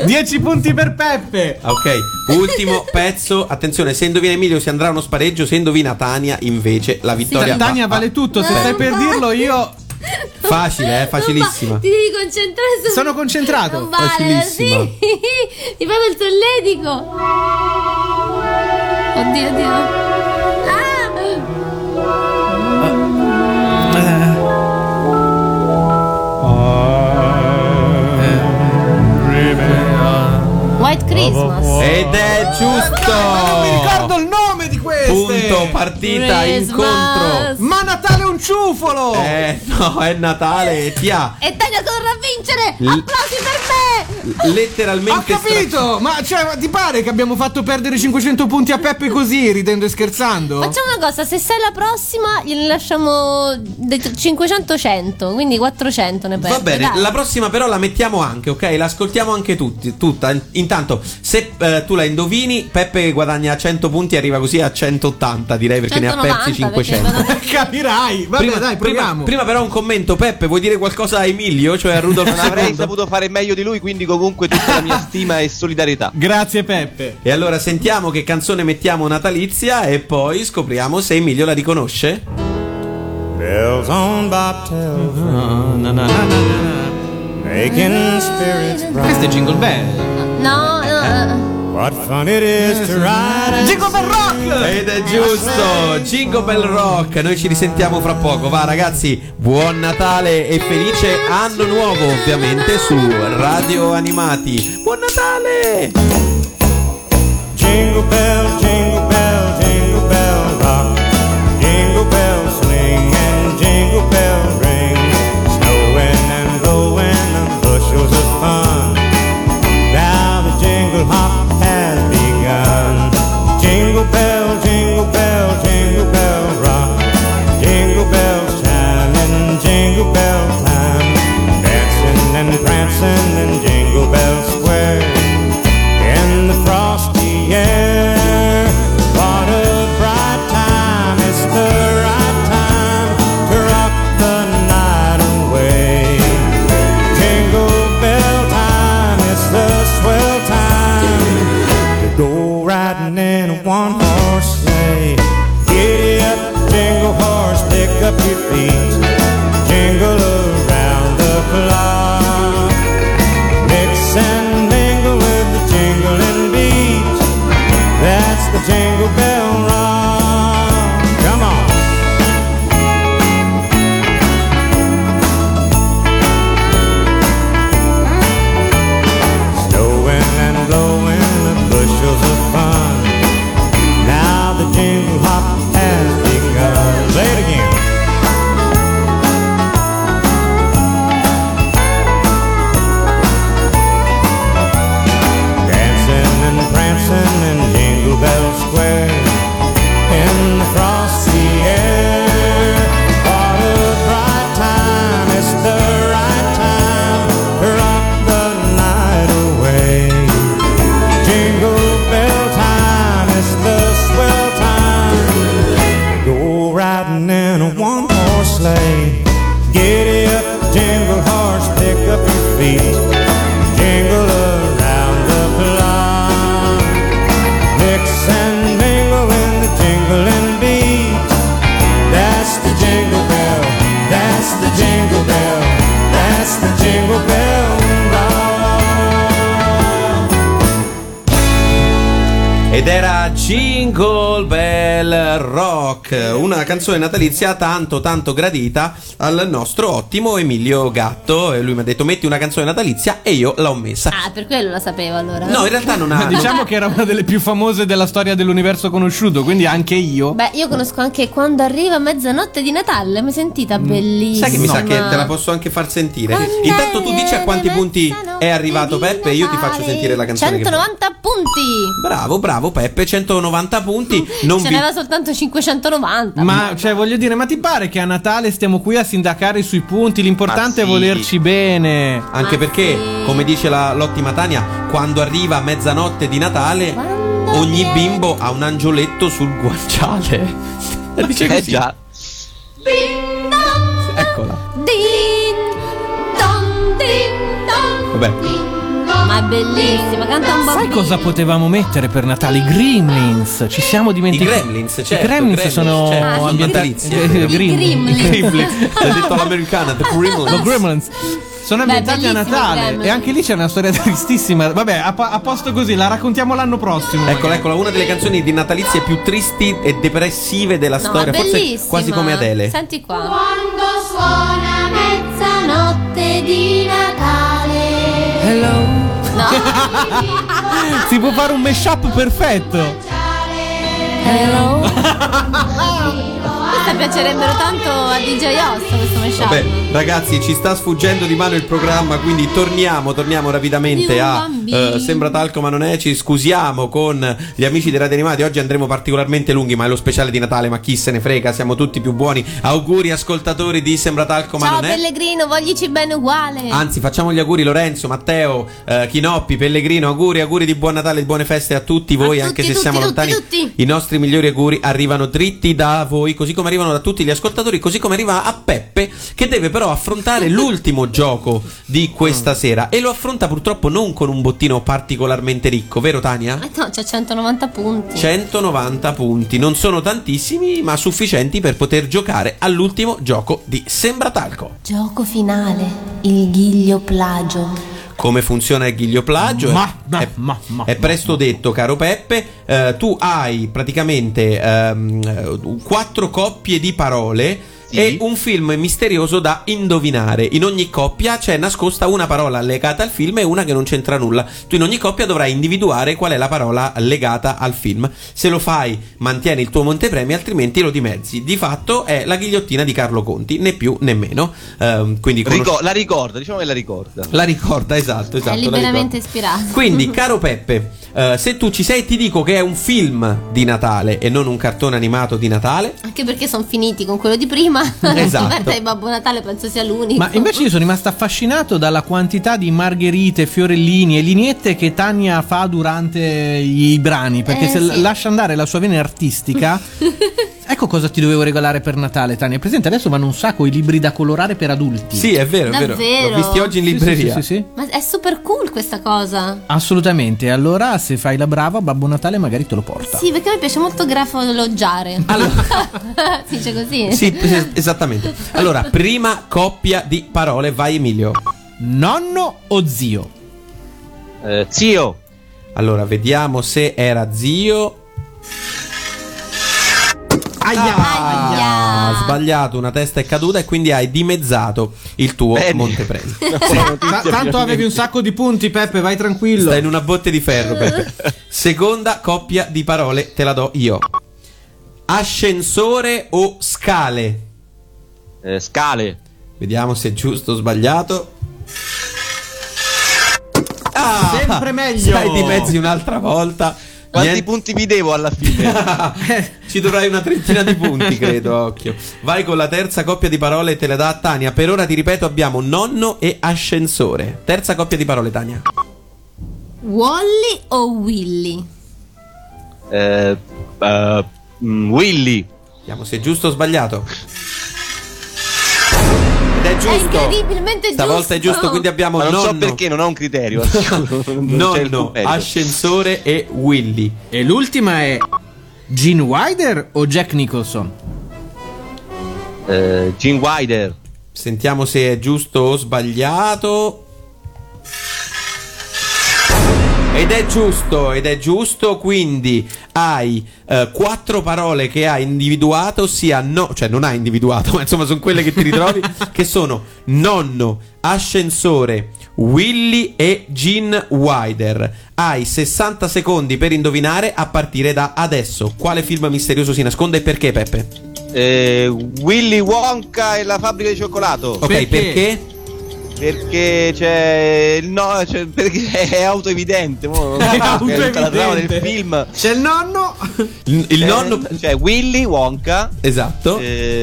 10 punti per Peppe. Ah, Ok, [laughs] ultimo pezzo. Attenzione, se indovina Emilio si andrà a uno spareggio, se indovina Tania invece la vittoria va Tania a- vale tutto, se stai per dirlo io Facile, eh, facilissima. Ma Ti devi concentrare su sono concentrato. Non vale, sì. [laughs] Facilissima. Ti fai il solletico. Oddio, oddio. Ah! White Christmas. Ed è giusto. Ricordo il nome di queste. Punto partita incontro. Ma Natale è un ciufolo. Eh no, è Natale e ti ha E Tania torna a vincere! L- Applausi per me! Ho letteralmente capito, ma cioè, ma ti pare che abbiamo fatto perdere 500 punti a Peppe così, ridendo e scherzando? Facciamo una cosa, se sei la prossima gli lasciamo dei 500-100, quindi 400 ne perdo. Va bene, dai. la prossima però la mettiamo anche, ok? L'ascoltiamo anche tutti, tutta. Intanto, se eh, tu la indovini, Peppe guadagna 100 punti e arriva così a 180, direi, perché ne ha 190, persi perché 500. [laughs] guadagna- Capirai. Vabbè, dai, proviamo. prima però un commento, Peppe, vuoi dire qualcosa a Emilio, cioè a Rudolf Non avrei II? saputo fare meglio di lui, quindi comunque tutta [laughs] la mia stima e solidarietà. Grazie Peppe. E allora sentiamo che canzone mettiamo natalizia e poi scopriamo se Emilio la riconosce. Bells on bobtail making spirits Questo è bright. Jingle Bell. No, no, What fun it is to ride and Jingle Bell Rock! Ed è giusto, Jingle Bell Rock. Noi ci risentiamo fra poco. Va ragazzi, buon Natale e felice anno nuovo, ovviamente su Radio Animati. Buon Natale! Jingle bell, jingle bell, jingle bell rock. Jingle bells swing and jingle bell ring. Snowing and blowing and bushels of fun. Now the jingle hop has begun. Jingle bell, jingle bell, jingle bell rock. Jingle bells chime and jingle bell time. Dancing and prancing in Jingle Bell Square in the frosty air. Ed era Jingle Bell Rock, una canzone natalizia tanto tanto gradita al nostro ottimo Emilio Gatto. E lui mi ha detto metti una canzone natalizia e io l'ho messa. Ah, per quello la sapevo allora. No, in realtà non ha... Diciamo che era una delle più famose della storia dell'universo conosciuto, quindi anche io. Beh, io conosco anche quando arriva mezzanotte di Natale, mi è sentita bellissima. Mm. Sai che mi sa che te la posso anche far sentire. Intanto tu dici a quanti punti è arrivato Peppe e io ti faccio sentire la canzone. che fa. 190 punti. Bravo, bravo Peppe, 190 punti. Non Ce vi... n'era soltanto 590. Ma cioè, voglio dire, ma ti pare che a Natale stiamo qui a sindacare sui punti? L'importante Ma è sì. volerci bene. Anche perché, come dice la, l'ottima Tania, quando arriva mezzanotte di Natale, ogni bimbo ha un angioletto sul guanciale. [laughs] Eh, dice così. già. Din don, Eccola. din don, din don. Vabbè. Ma è bellissima, canta un Sai bambino. cosa potevamo mettere per Natale? I Gremlins. Ci siamo dimenticati. I Gremlins, certo, I Gremlins, Gremlins, sono certo. Ah, i ambientalizi. Gre- i Gremlins. I Gremlins. L'ha detto l'americana, the Gremlins. The Gremlins. Sono Beh, ambientati a bellissimi i Natale. Gremlins. E anche lì c'è una storia [laughs] tristissima. Vabbè, a, pa- a posto così, la raccontiamo l'anno prossimo. Eccola, eccola, Ecco, una delle canzoni di natalizie più tristi e depressive della No, storia, è forse bellissima. quasi come Adele. Senti qua. Quando suona mezzanotte di Natale. Hello. [laughs] No. Si può fare un mashup perfetto. Hello. [laughs] Questa piacerebbero tanto Oh, a DJ Osso questo mashup. Vabbè, ragazzi, ci sta sfuggendo di mano il programma, quindi torniamo, torniamo rapidamente Di un a bambino. eh, Sembra talco ma non è, ci scusiamo con gli amici dei Radio Animati, oggi andremo particolarmente lunghi, ma è lo speciale di Natale, ma chi se ne frega, siamo tutti più buoni. Auguri ascoltatori di Sembra talco ma Ciao non è. Ah. Pellegrino, voglici bene uguale. Anzi, facciamo gli auguri Lorenzo, Matteo, eh, Chinoppi, Pellegrino, auguri, auguri di buon Natale, di buone feste a tutti voi, anche se siamo lontani. I nostri migliori auguri arrivano dritti da voi, così come arrivano da tutti gli ascoltatori, così come arriva a Peppe, che deve però affrontare l'ultimo gioco di questa sera. E lo affronta purtroppo non con un bottino particolarmente ricco, vero Tania? Eh No, c'è 190 punti. 190 punti, non sono tantissimi, ma sufficienti per poter giocare all'ultimo gioco di Sembra Talco. Gioco finale, il ghiglio plagio. come funziona il ghiglioplagio. Ma, è, è- è presto detto, caro Peppe. eh, tu hai praticamente ehm, eh, quattro coppie di parole. E un film misterioso da indovinare. In ogni coppia c'è nascosta una parola legata al film e una che non c'entra nulla. Tu in ogni coppia dovrai individuare qual è la parola legata al film. Se lo fai, mantieni il tuo montepremi, altrimenti lo dimezzi. Di fatto è la ghigliottina di Carlo Conti, né più né meno. Ehm, quindi Ricor- conosci- la ricorda, diciamo che la ricorda. la ricorda, esatto, esatto. è la liberamente ricorda. ispirato. Quindi, caro Peppe, eh, se tu ci sei, ti dico che è un film di Natale e non un cartone animato di Natale. [laughs] Anche perché sono finiti con quello di prima. Esatto. [laughs] Guarda, il Babbo Natale penso sia l'unico. Ma invece io sono rimasto affascinato dalla quantità di margherite, fiorellini e lineette che Tania fa durante i brani, perché Eh, se l- sì. lascia andare la sua vena artistica... ecco cosa ti dovevo regalare per Natale, Tania. Presente, adesso vanno un sacco i libri da colorare per adulti. Sì, è vero, è vero. Davvero? L'ho visti oggi in Sì, sì, libreria. sì, sì, sì. Ma è super cool questa cosa. Assolutamente. Allora, se fai la brava, Babbo Natale magari te lo porta. Sì, perché a me piace molto grafologgiare. [laughs] si dice così? Sì, es- esattamente. Allora, prima coppia di parole, vai Emilio. Nonno o zio? zio. Allora, vediamo se era zio. Aia. Ah, sbagliato, una testa è caduta e quindi hai dimezzato il tuo montepremi. Ta- tanto avevi un sacco di punti, Peppe, vai tranquillo. Sta in una botte di ferro, Peppe. Seconda coppia di parole, te la do io. Ascensore o scale? Eh, scale. Vediamo se è giusto o sbagliato. Sempre meglio. Ah, Stai di mezzi un'altra volta. Quanti punti mi devo alla fine? [laughs] Ci dovrai una trentina di punti, credo, occhio. Vai con la terza coppia di parole e te la dà a Tania. Per ora ti ripeto, abbiamo nonno e ascensore. Terza coppia di parole, Tania. Wally o Willy? Eh, mm, Willy. Vediamo se è giusto o sbagliato. Ed è È giusto. incredibilmente Stavolta giusto. è giusto, quindi abbiamo Ma non so nonno. perché non ho [laughs] un criterio. Cioè, nonno, ascensore e Willy. E l'ultima è Gene Wilder o Jack Nicholson? Gene Wider. Sentiamo se è giusto o sbagliato. Ed è giusto, ed è giusto, quindi hai eh, quattro parole che ha individuato, ossia no, cioè non ha individuato, [laughs] ma insomma sono quelle che ti ritrovi, che sono nonno, ascensore, Willy e Gene Wider. Hai 60 secondi per indovinare a partire da adesso. Quale film misterioso si nasconde e perché, Peppe? Eh, Willy Wonka e la fabbrica di cioccolato. Ok, perché? Perché c'è il no, c'è- perché [laughs] è autoevidente. mo non [laughs] so, autoevidente. tutta La trama del film. C'è il nonno. Il, nonno. Cioè Willy Wonka. Eh, Esatto.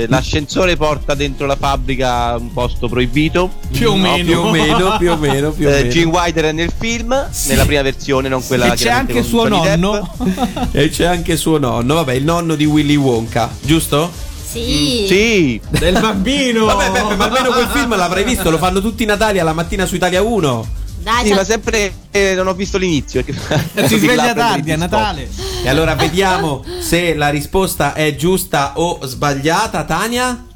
l'ascensore porta dentro la fabbrica un posto proibito. Più o meno. Più o meno, più o meno, più o [laughs] Eh, meno. Gene Wilder è nel film, Sì. nella prima versione, non quella E che c'è anche suo nonno. [laughs] E c'è anche suo nonno, vabbè, il nonno di Willy Wonka, giusto? Sì. Sì, del bambino. Vabbè, Peppe, ma almeno quel film l'avrai visto, lo fanno tutti i Natali alla mattina su Italia 1. Dai, sì, c'ha- ma sempre eh, non ho visto l'inizio. [laughs] perché- [laughs] Si là sveglia prendo tardi, il a Natale. E [laughs] allora vediamo se la risposta è giusta o sbagliata, Tania.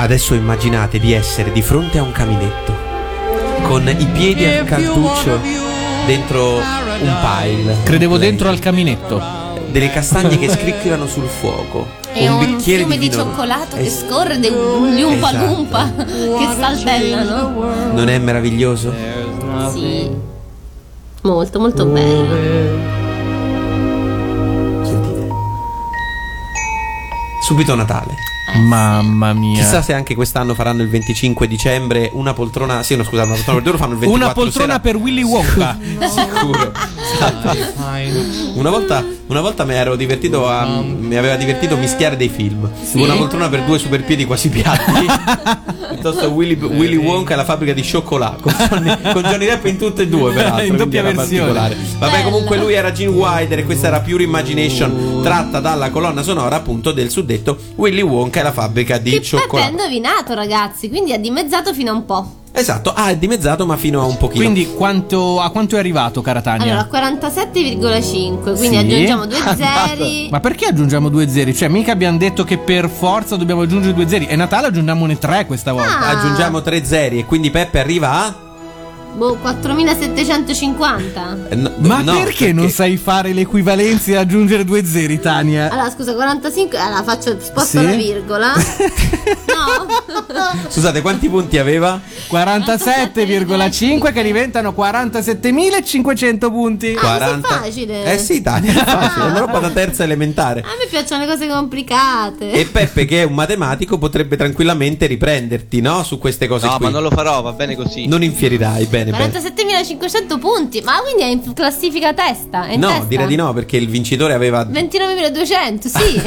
Adesso immaginate di essere di fronte a un caminetto con i piedi a cantuccio dentro un pile. Credevo dentro al caminetto. Delle castagne che scricchiolano sul fuoco. E un, bicchiere fiume di, vino. cioccolato che Es- scorre, dei gli umpa Esatto. lumpa che saltellano. Non è meraviglioso? Sì. Molto, molto bello. Subito Natale. Mamma mia. Chissà se anche quest'anno faranno il 25 dicembre una poltrona. Sì, no, scusa, una poltrona per loro fanno il 24 Una poltrona sera. per Willy Wonka. [laughs] Sicuro. Una volta, una volta mi ero divertito a, mi aveva divertito mischiare dei film. Sì. Una poltrona per due superpiedi [laughs] quasi piatti. piuttosto Willy, Willy Wonka e la fabbrica di cioccolato. Con Johnny, con Johnny Depp in tutte e due, peraltro. In doppia quindi era versione. particolare. Vabbè, comunque lui era Gene Wilder e questa era Pure Imagination, tratta dalla colonna sonora appunto del suddetto Willy Wonka e la fabbrica di Peppe ha cioccolato. indovinato, ragazzi, quindi ha dimezzato fino a un po'. Esatto, ah, è dimezzato ma fino a un pochino. Quindi quanto, a quanto è arrivato, cara Allora, Tania? 47,5, quindi Sì. aggiungiamo due [laughs] Ah, zeri. Ma perché aggiungiamo due zeri? Cioè, mica abbiamo detto che per forza dobbiamo aggiungere due zeri. È Natale, aggiungiamone tre questa volta. Ah. Aggiungiamo tre zeri e quindi Peppe arriva a. Boh, Eh, 4750. Ma perché, non sai fare l'equivalenza e aggiungere due zeri, Tania? Allora, scusa, 45. Allora, faccio sposto Eh. Sì? Eh, la [laughs] virgola. no. Scusate, quanti punti aveva? 47,5 che diventano 47.500 punti. facile. Eh sì, Tania, è facile, è una roba da terza elementare. A me piacciono le cose complicate. Eh, E Peppe, che è un matematico, potrebbe tranquillamente riprenderti, no? Su queste cose No, qui. ma non lo farò, va bene così. Non infierirai, bene, bene. 47.500 punti. Ma quindi è in classifica testa? È in No, testa? direi di no, perché il vincitore aveva. 29.200, [laughs] sì.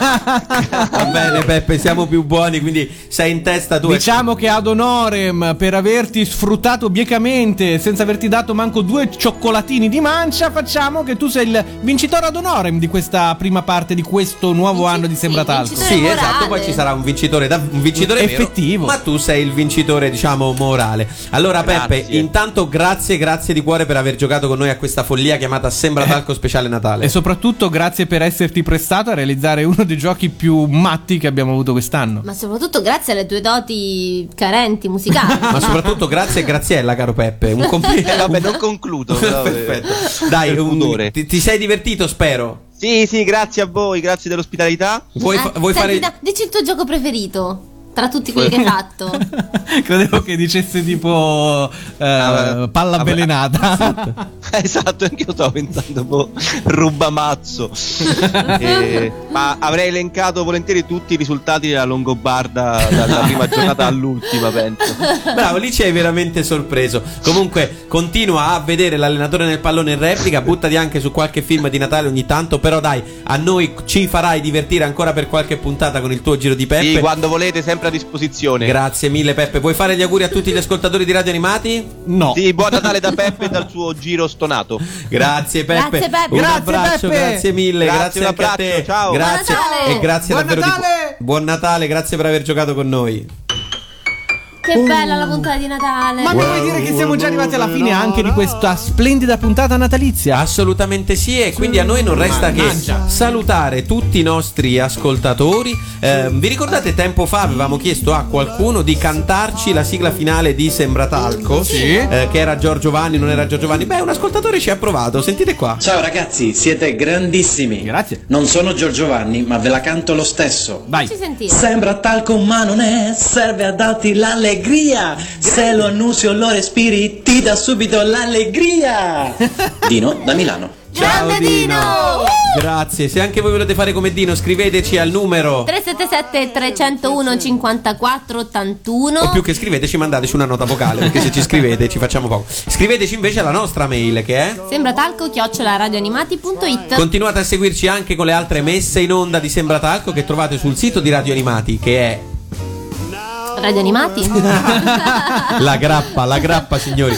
Va bene, Peppe, siamo più buoni, quindi sei in testa tu. Diciamo che ad onorem per averti sfruttato biecamente senza averti dato manco due cioccolatini di mancia, facciamo che tu sei il vincitore ad onorem di questa prima parte di questo nuovo anno di Sembratalco. Sì, esatto, poi ci sarà un vincitore, da- un vincitore vero, Effettivo. ma tu sei il vincitore, diciamo, morale. Allora, Peppe, intanto grazie, grazie di cuore per aver giocato con noi a questa follia chiamata Sembra [laughs] Talco Speciale Natale. E soprattutto grazie per esserti prestato a realizzare uno dei giochi più matti che abbiamo avuto quest'anno. Ma soprattutto grazie alle tue doti carenti musicali. [laughs] Ma soprattutto grazie e graziella, caro Peppe. Un complimento. [laughs] Vabbè, non [laughs] concludo. però, eh. Perfetto. Dai, un- ti, ti sei divertito, spero. Sì, sì, grazie a voi, grazie dell'ospitalità. Vuoi, fa- Eh, vuoi senti, fare. da- dici il tuo gioco preferito. Tra tutti quelli che hai fatto. [laughs] Credevo che dicesse tipo eh, palla avvelenata. Ah, [laughs] Esatto, anche io stavo pensando, boh, rubamazzo. Eh, ma avrei elencato volentieri tutti i risultati della Longobarda dalla prima giornata all'ultima, penso. Bravo, lì ci hai veramente sorpreso. Comunque, continua a vedere l'allenatore nel pallone in replica. Buttati anche su qualche film di Natale ogni tanto. Però, dai, a noi ci farai divertire ancora per qualche puntata con il tuo giro di Peppe. Sì, quando volete, sempre a disposizione. Grazie mille, Peppe. Vuoi fare gli auguri a tutti gli ascoltatori di Radio Animati? No. Sì, buon Natale da Peppe e dal suo giro stonato. Grazie Peppe. Grazie, Peppe. Un Grazie, abbraccio, Peppe. grazie mille, grazie, Grazie, anche un a abbraccio, te. ciao. Grazie Buon Natale. e grazie Buon davvero Natale. di cu- Buon Natale, grazie per aver giocato con noi. Che bella la puntata di Natale. Oh. Ma non vuoi dire che siamo già arrivati alla fine anche di questa splendida puntata natalizia? Assolutamente sì, e quindi a noi non resta che salutare tutti i nostri ascoltatori. Eh, vi ricordate tempo fa avevamo chiesto a qualcuno di cantarci la sigla finale di Sembratalco? Sì. che era Giorgio Vanni, non era Giorgio Vanni. Beh, un ascoltatore ci ha provato, sentite qua. Ciao ragazzi, siete grandissimi. Grazie. Non sono Giorgio Vanni, ma ve la canto lo stesso. Vai. Ci sentire. Sembra talco ma non è, serve a darti l'allegria. Se lo annunzio lo respiri, ti dà subito l'allegria. Dino da Milano. Ciao Dino! Grazie, se anche voi volete fare come Dino, scriveteci al numero 377 301 54 81 O più che scriveteci, mandateci una nota vocale. Perché se ci scrivete ci facciamo poco. Scriveteci invece alla nostra mail che è. Sembra talco chiocciola radioanimati.it Continuate a seguirci anche con le altre messe in onda di Sembra Talco che trovate sul sito di Radio Animati che è [laughs] [laughs] Radioanimati? la grappa, la [laughs] grappa signori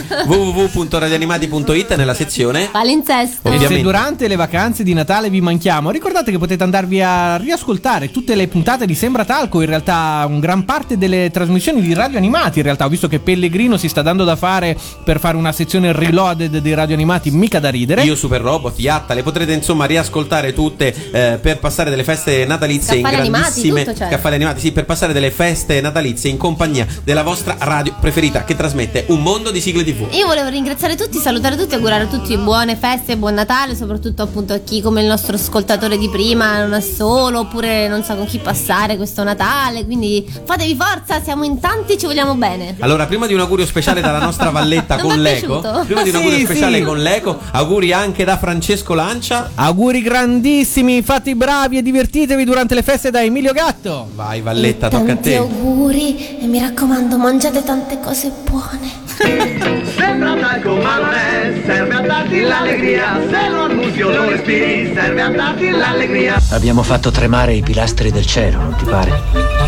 www.radioanimati.it nella sezione Palinsesto E se Ovviamente. durante le vacanze di Natale vi manchiamo, ricordate che potete andarvi a riascoltare tutte le puntate di Sembra Talco, in realtà un gran parte delle trasmissioni di Radio Animati, in realtà ho visto che Pellegrino si sta dando da fare per fare una sezione reloaded dei Radio Animati, mica da ridere. Io Super Robot, Yatta, le potrete insomma riascoltare tutte eh, per passare delle feste natalizie Caffali in animati, grandissime tutto, cioè. caffali animati, sì, per passare delle feste natalizie in compagnia della vostra radio preferita che trasmette un mondo di sigle TV. Io volevo ringraziare tutti, salutare tutti, augurare a tutti buone feste, buon Natale, soprattutto appunto a chi come il nostro ascoltatore di prima non è solo, oppure non sa con chi passare questo Natale, quindi fatevi forza, siamo in tanti, ci vogliamo bene. Allora, prima di un augurio speciale dalla nostra valletta [laughs] Non con mi è l'eco, piaciuto. prima di un Sì, augurio sì. speciale con l'eco, auguri anche da Francesco Lancia. Auguri grandissimi, fate i bravi e divertitevi durante le feste da Emilio Gatto. Vai Valletta, tocca a te. auguri e mi raccomando, mangiate tante cose buone. [laughs] Sembra talco ma non è, serve a darti l'allegria. Se lo annunzio lo respiri, serve a darti l'allegria. Abbiamo fatto tremare i pilastri del cielo, non ti pare?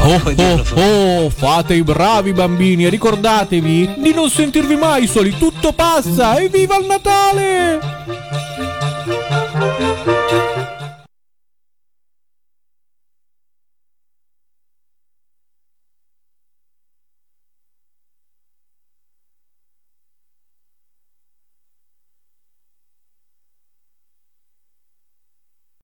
Oh, oh, oh, fate i bravi bambini e ricordatevi di non sentirvi mai soli, tutto passa, evviva il Natale!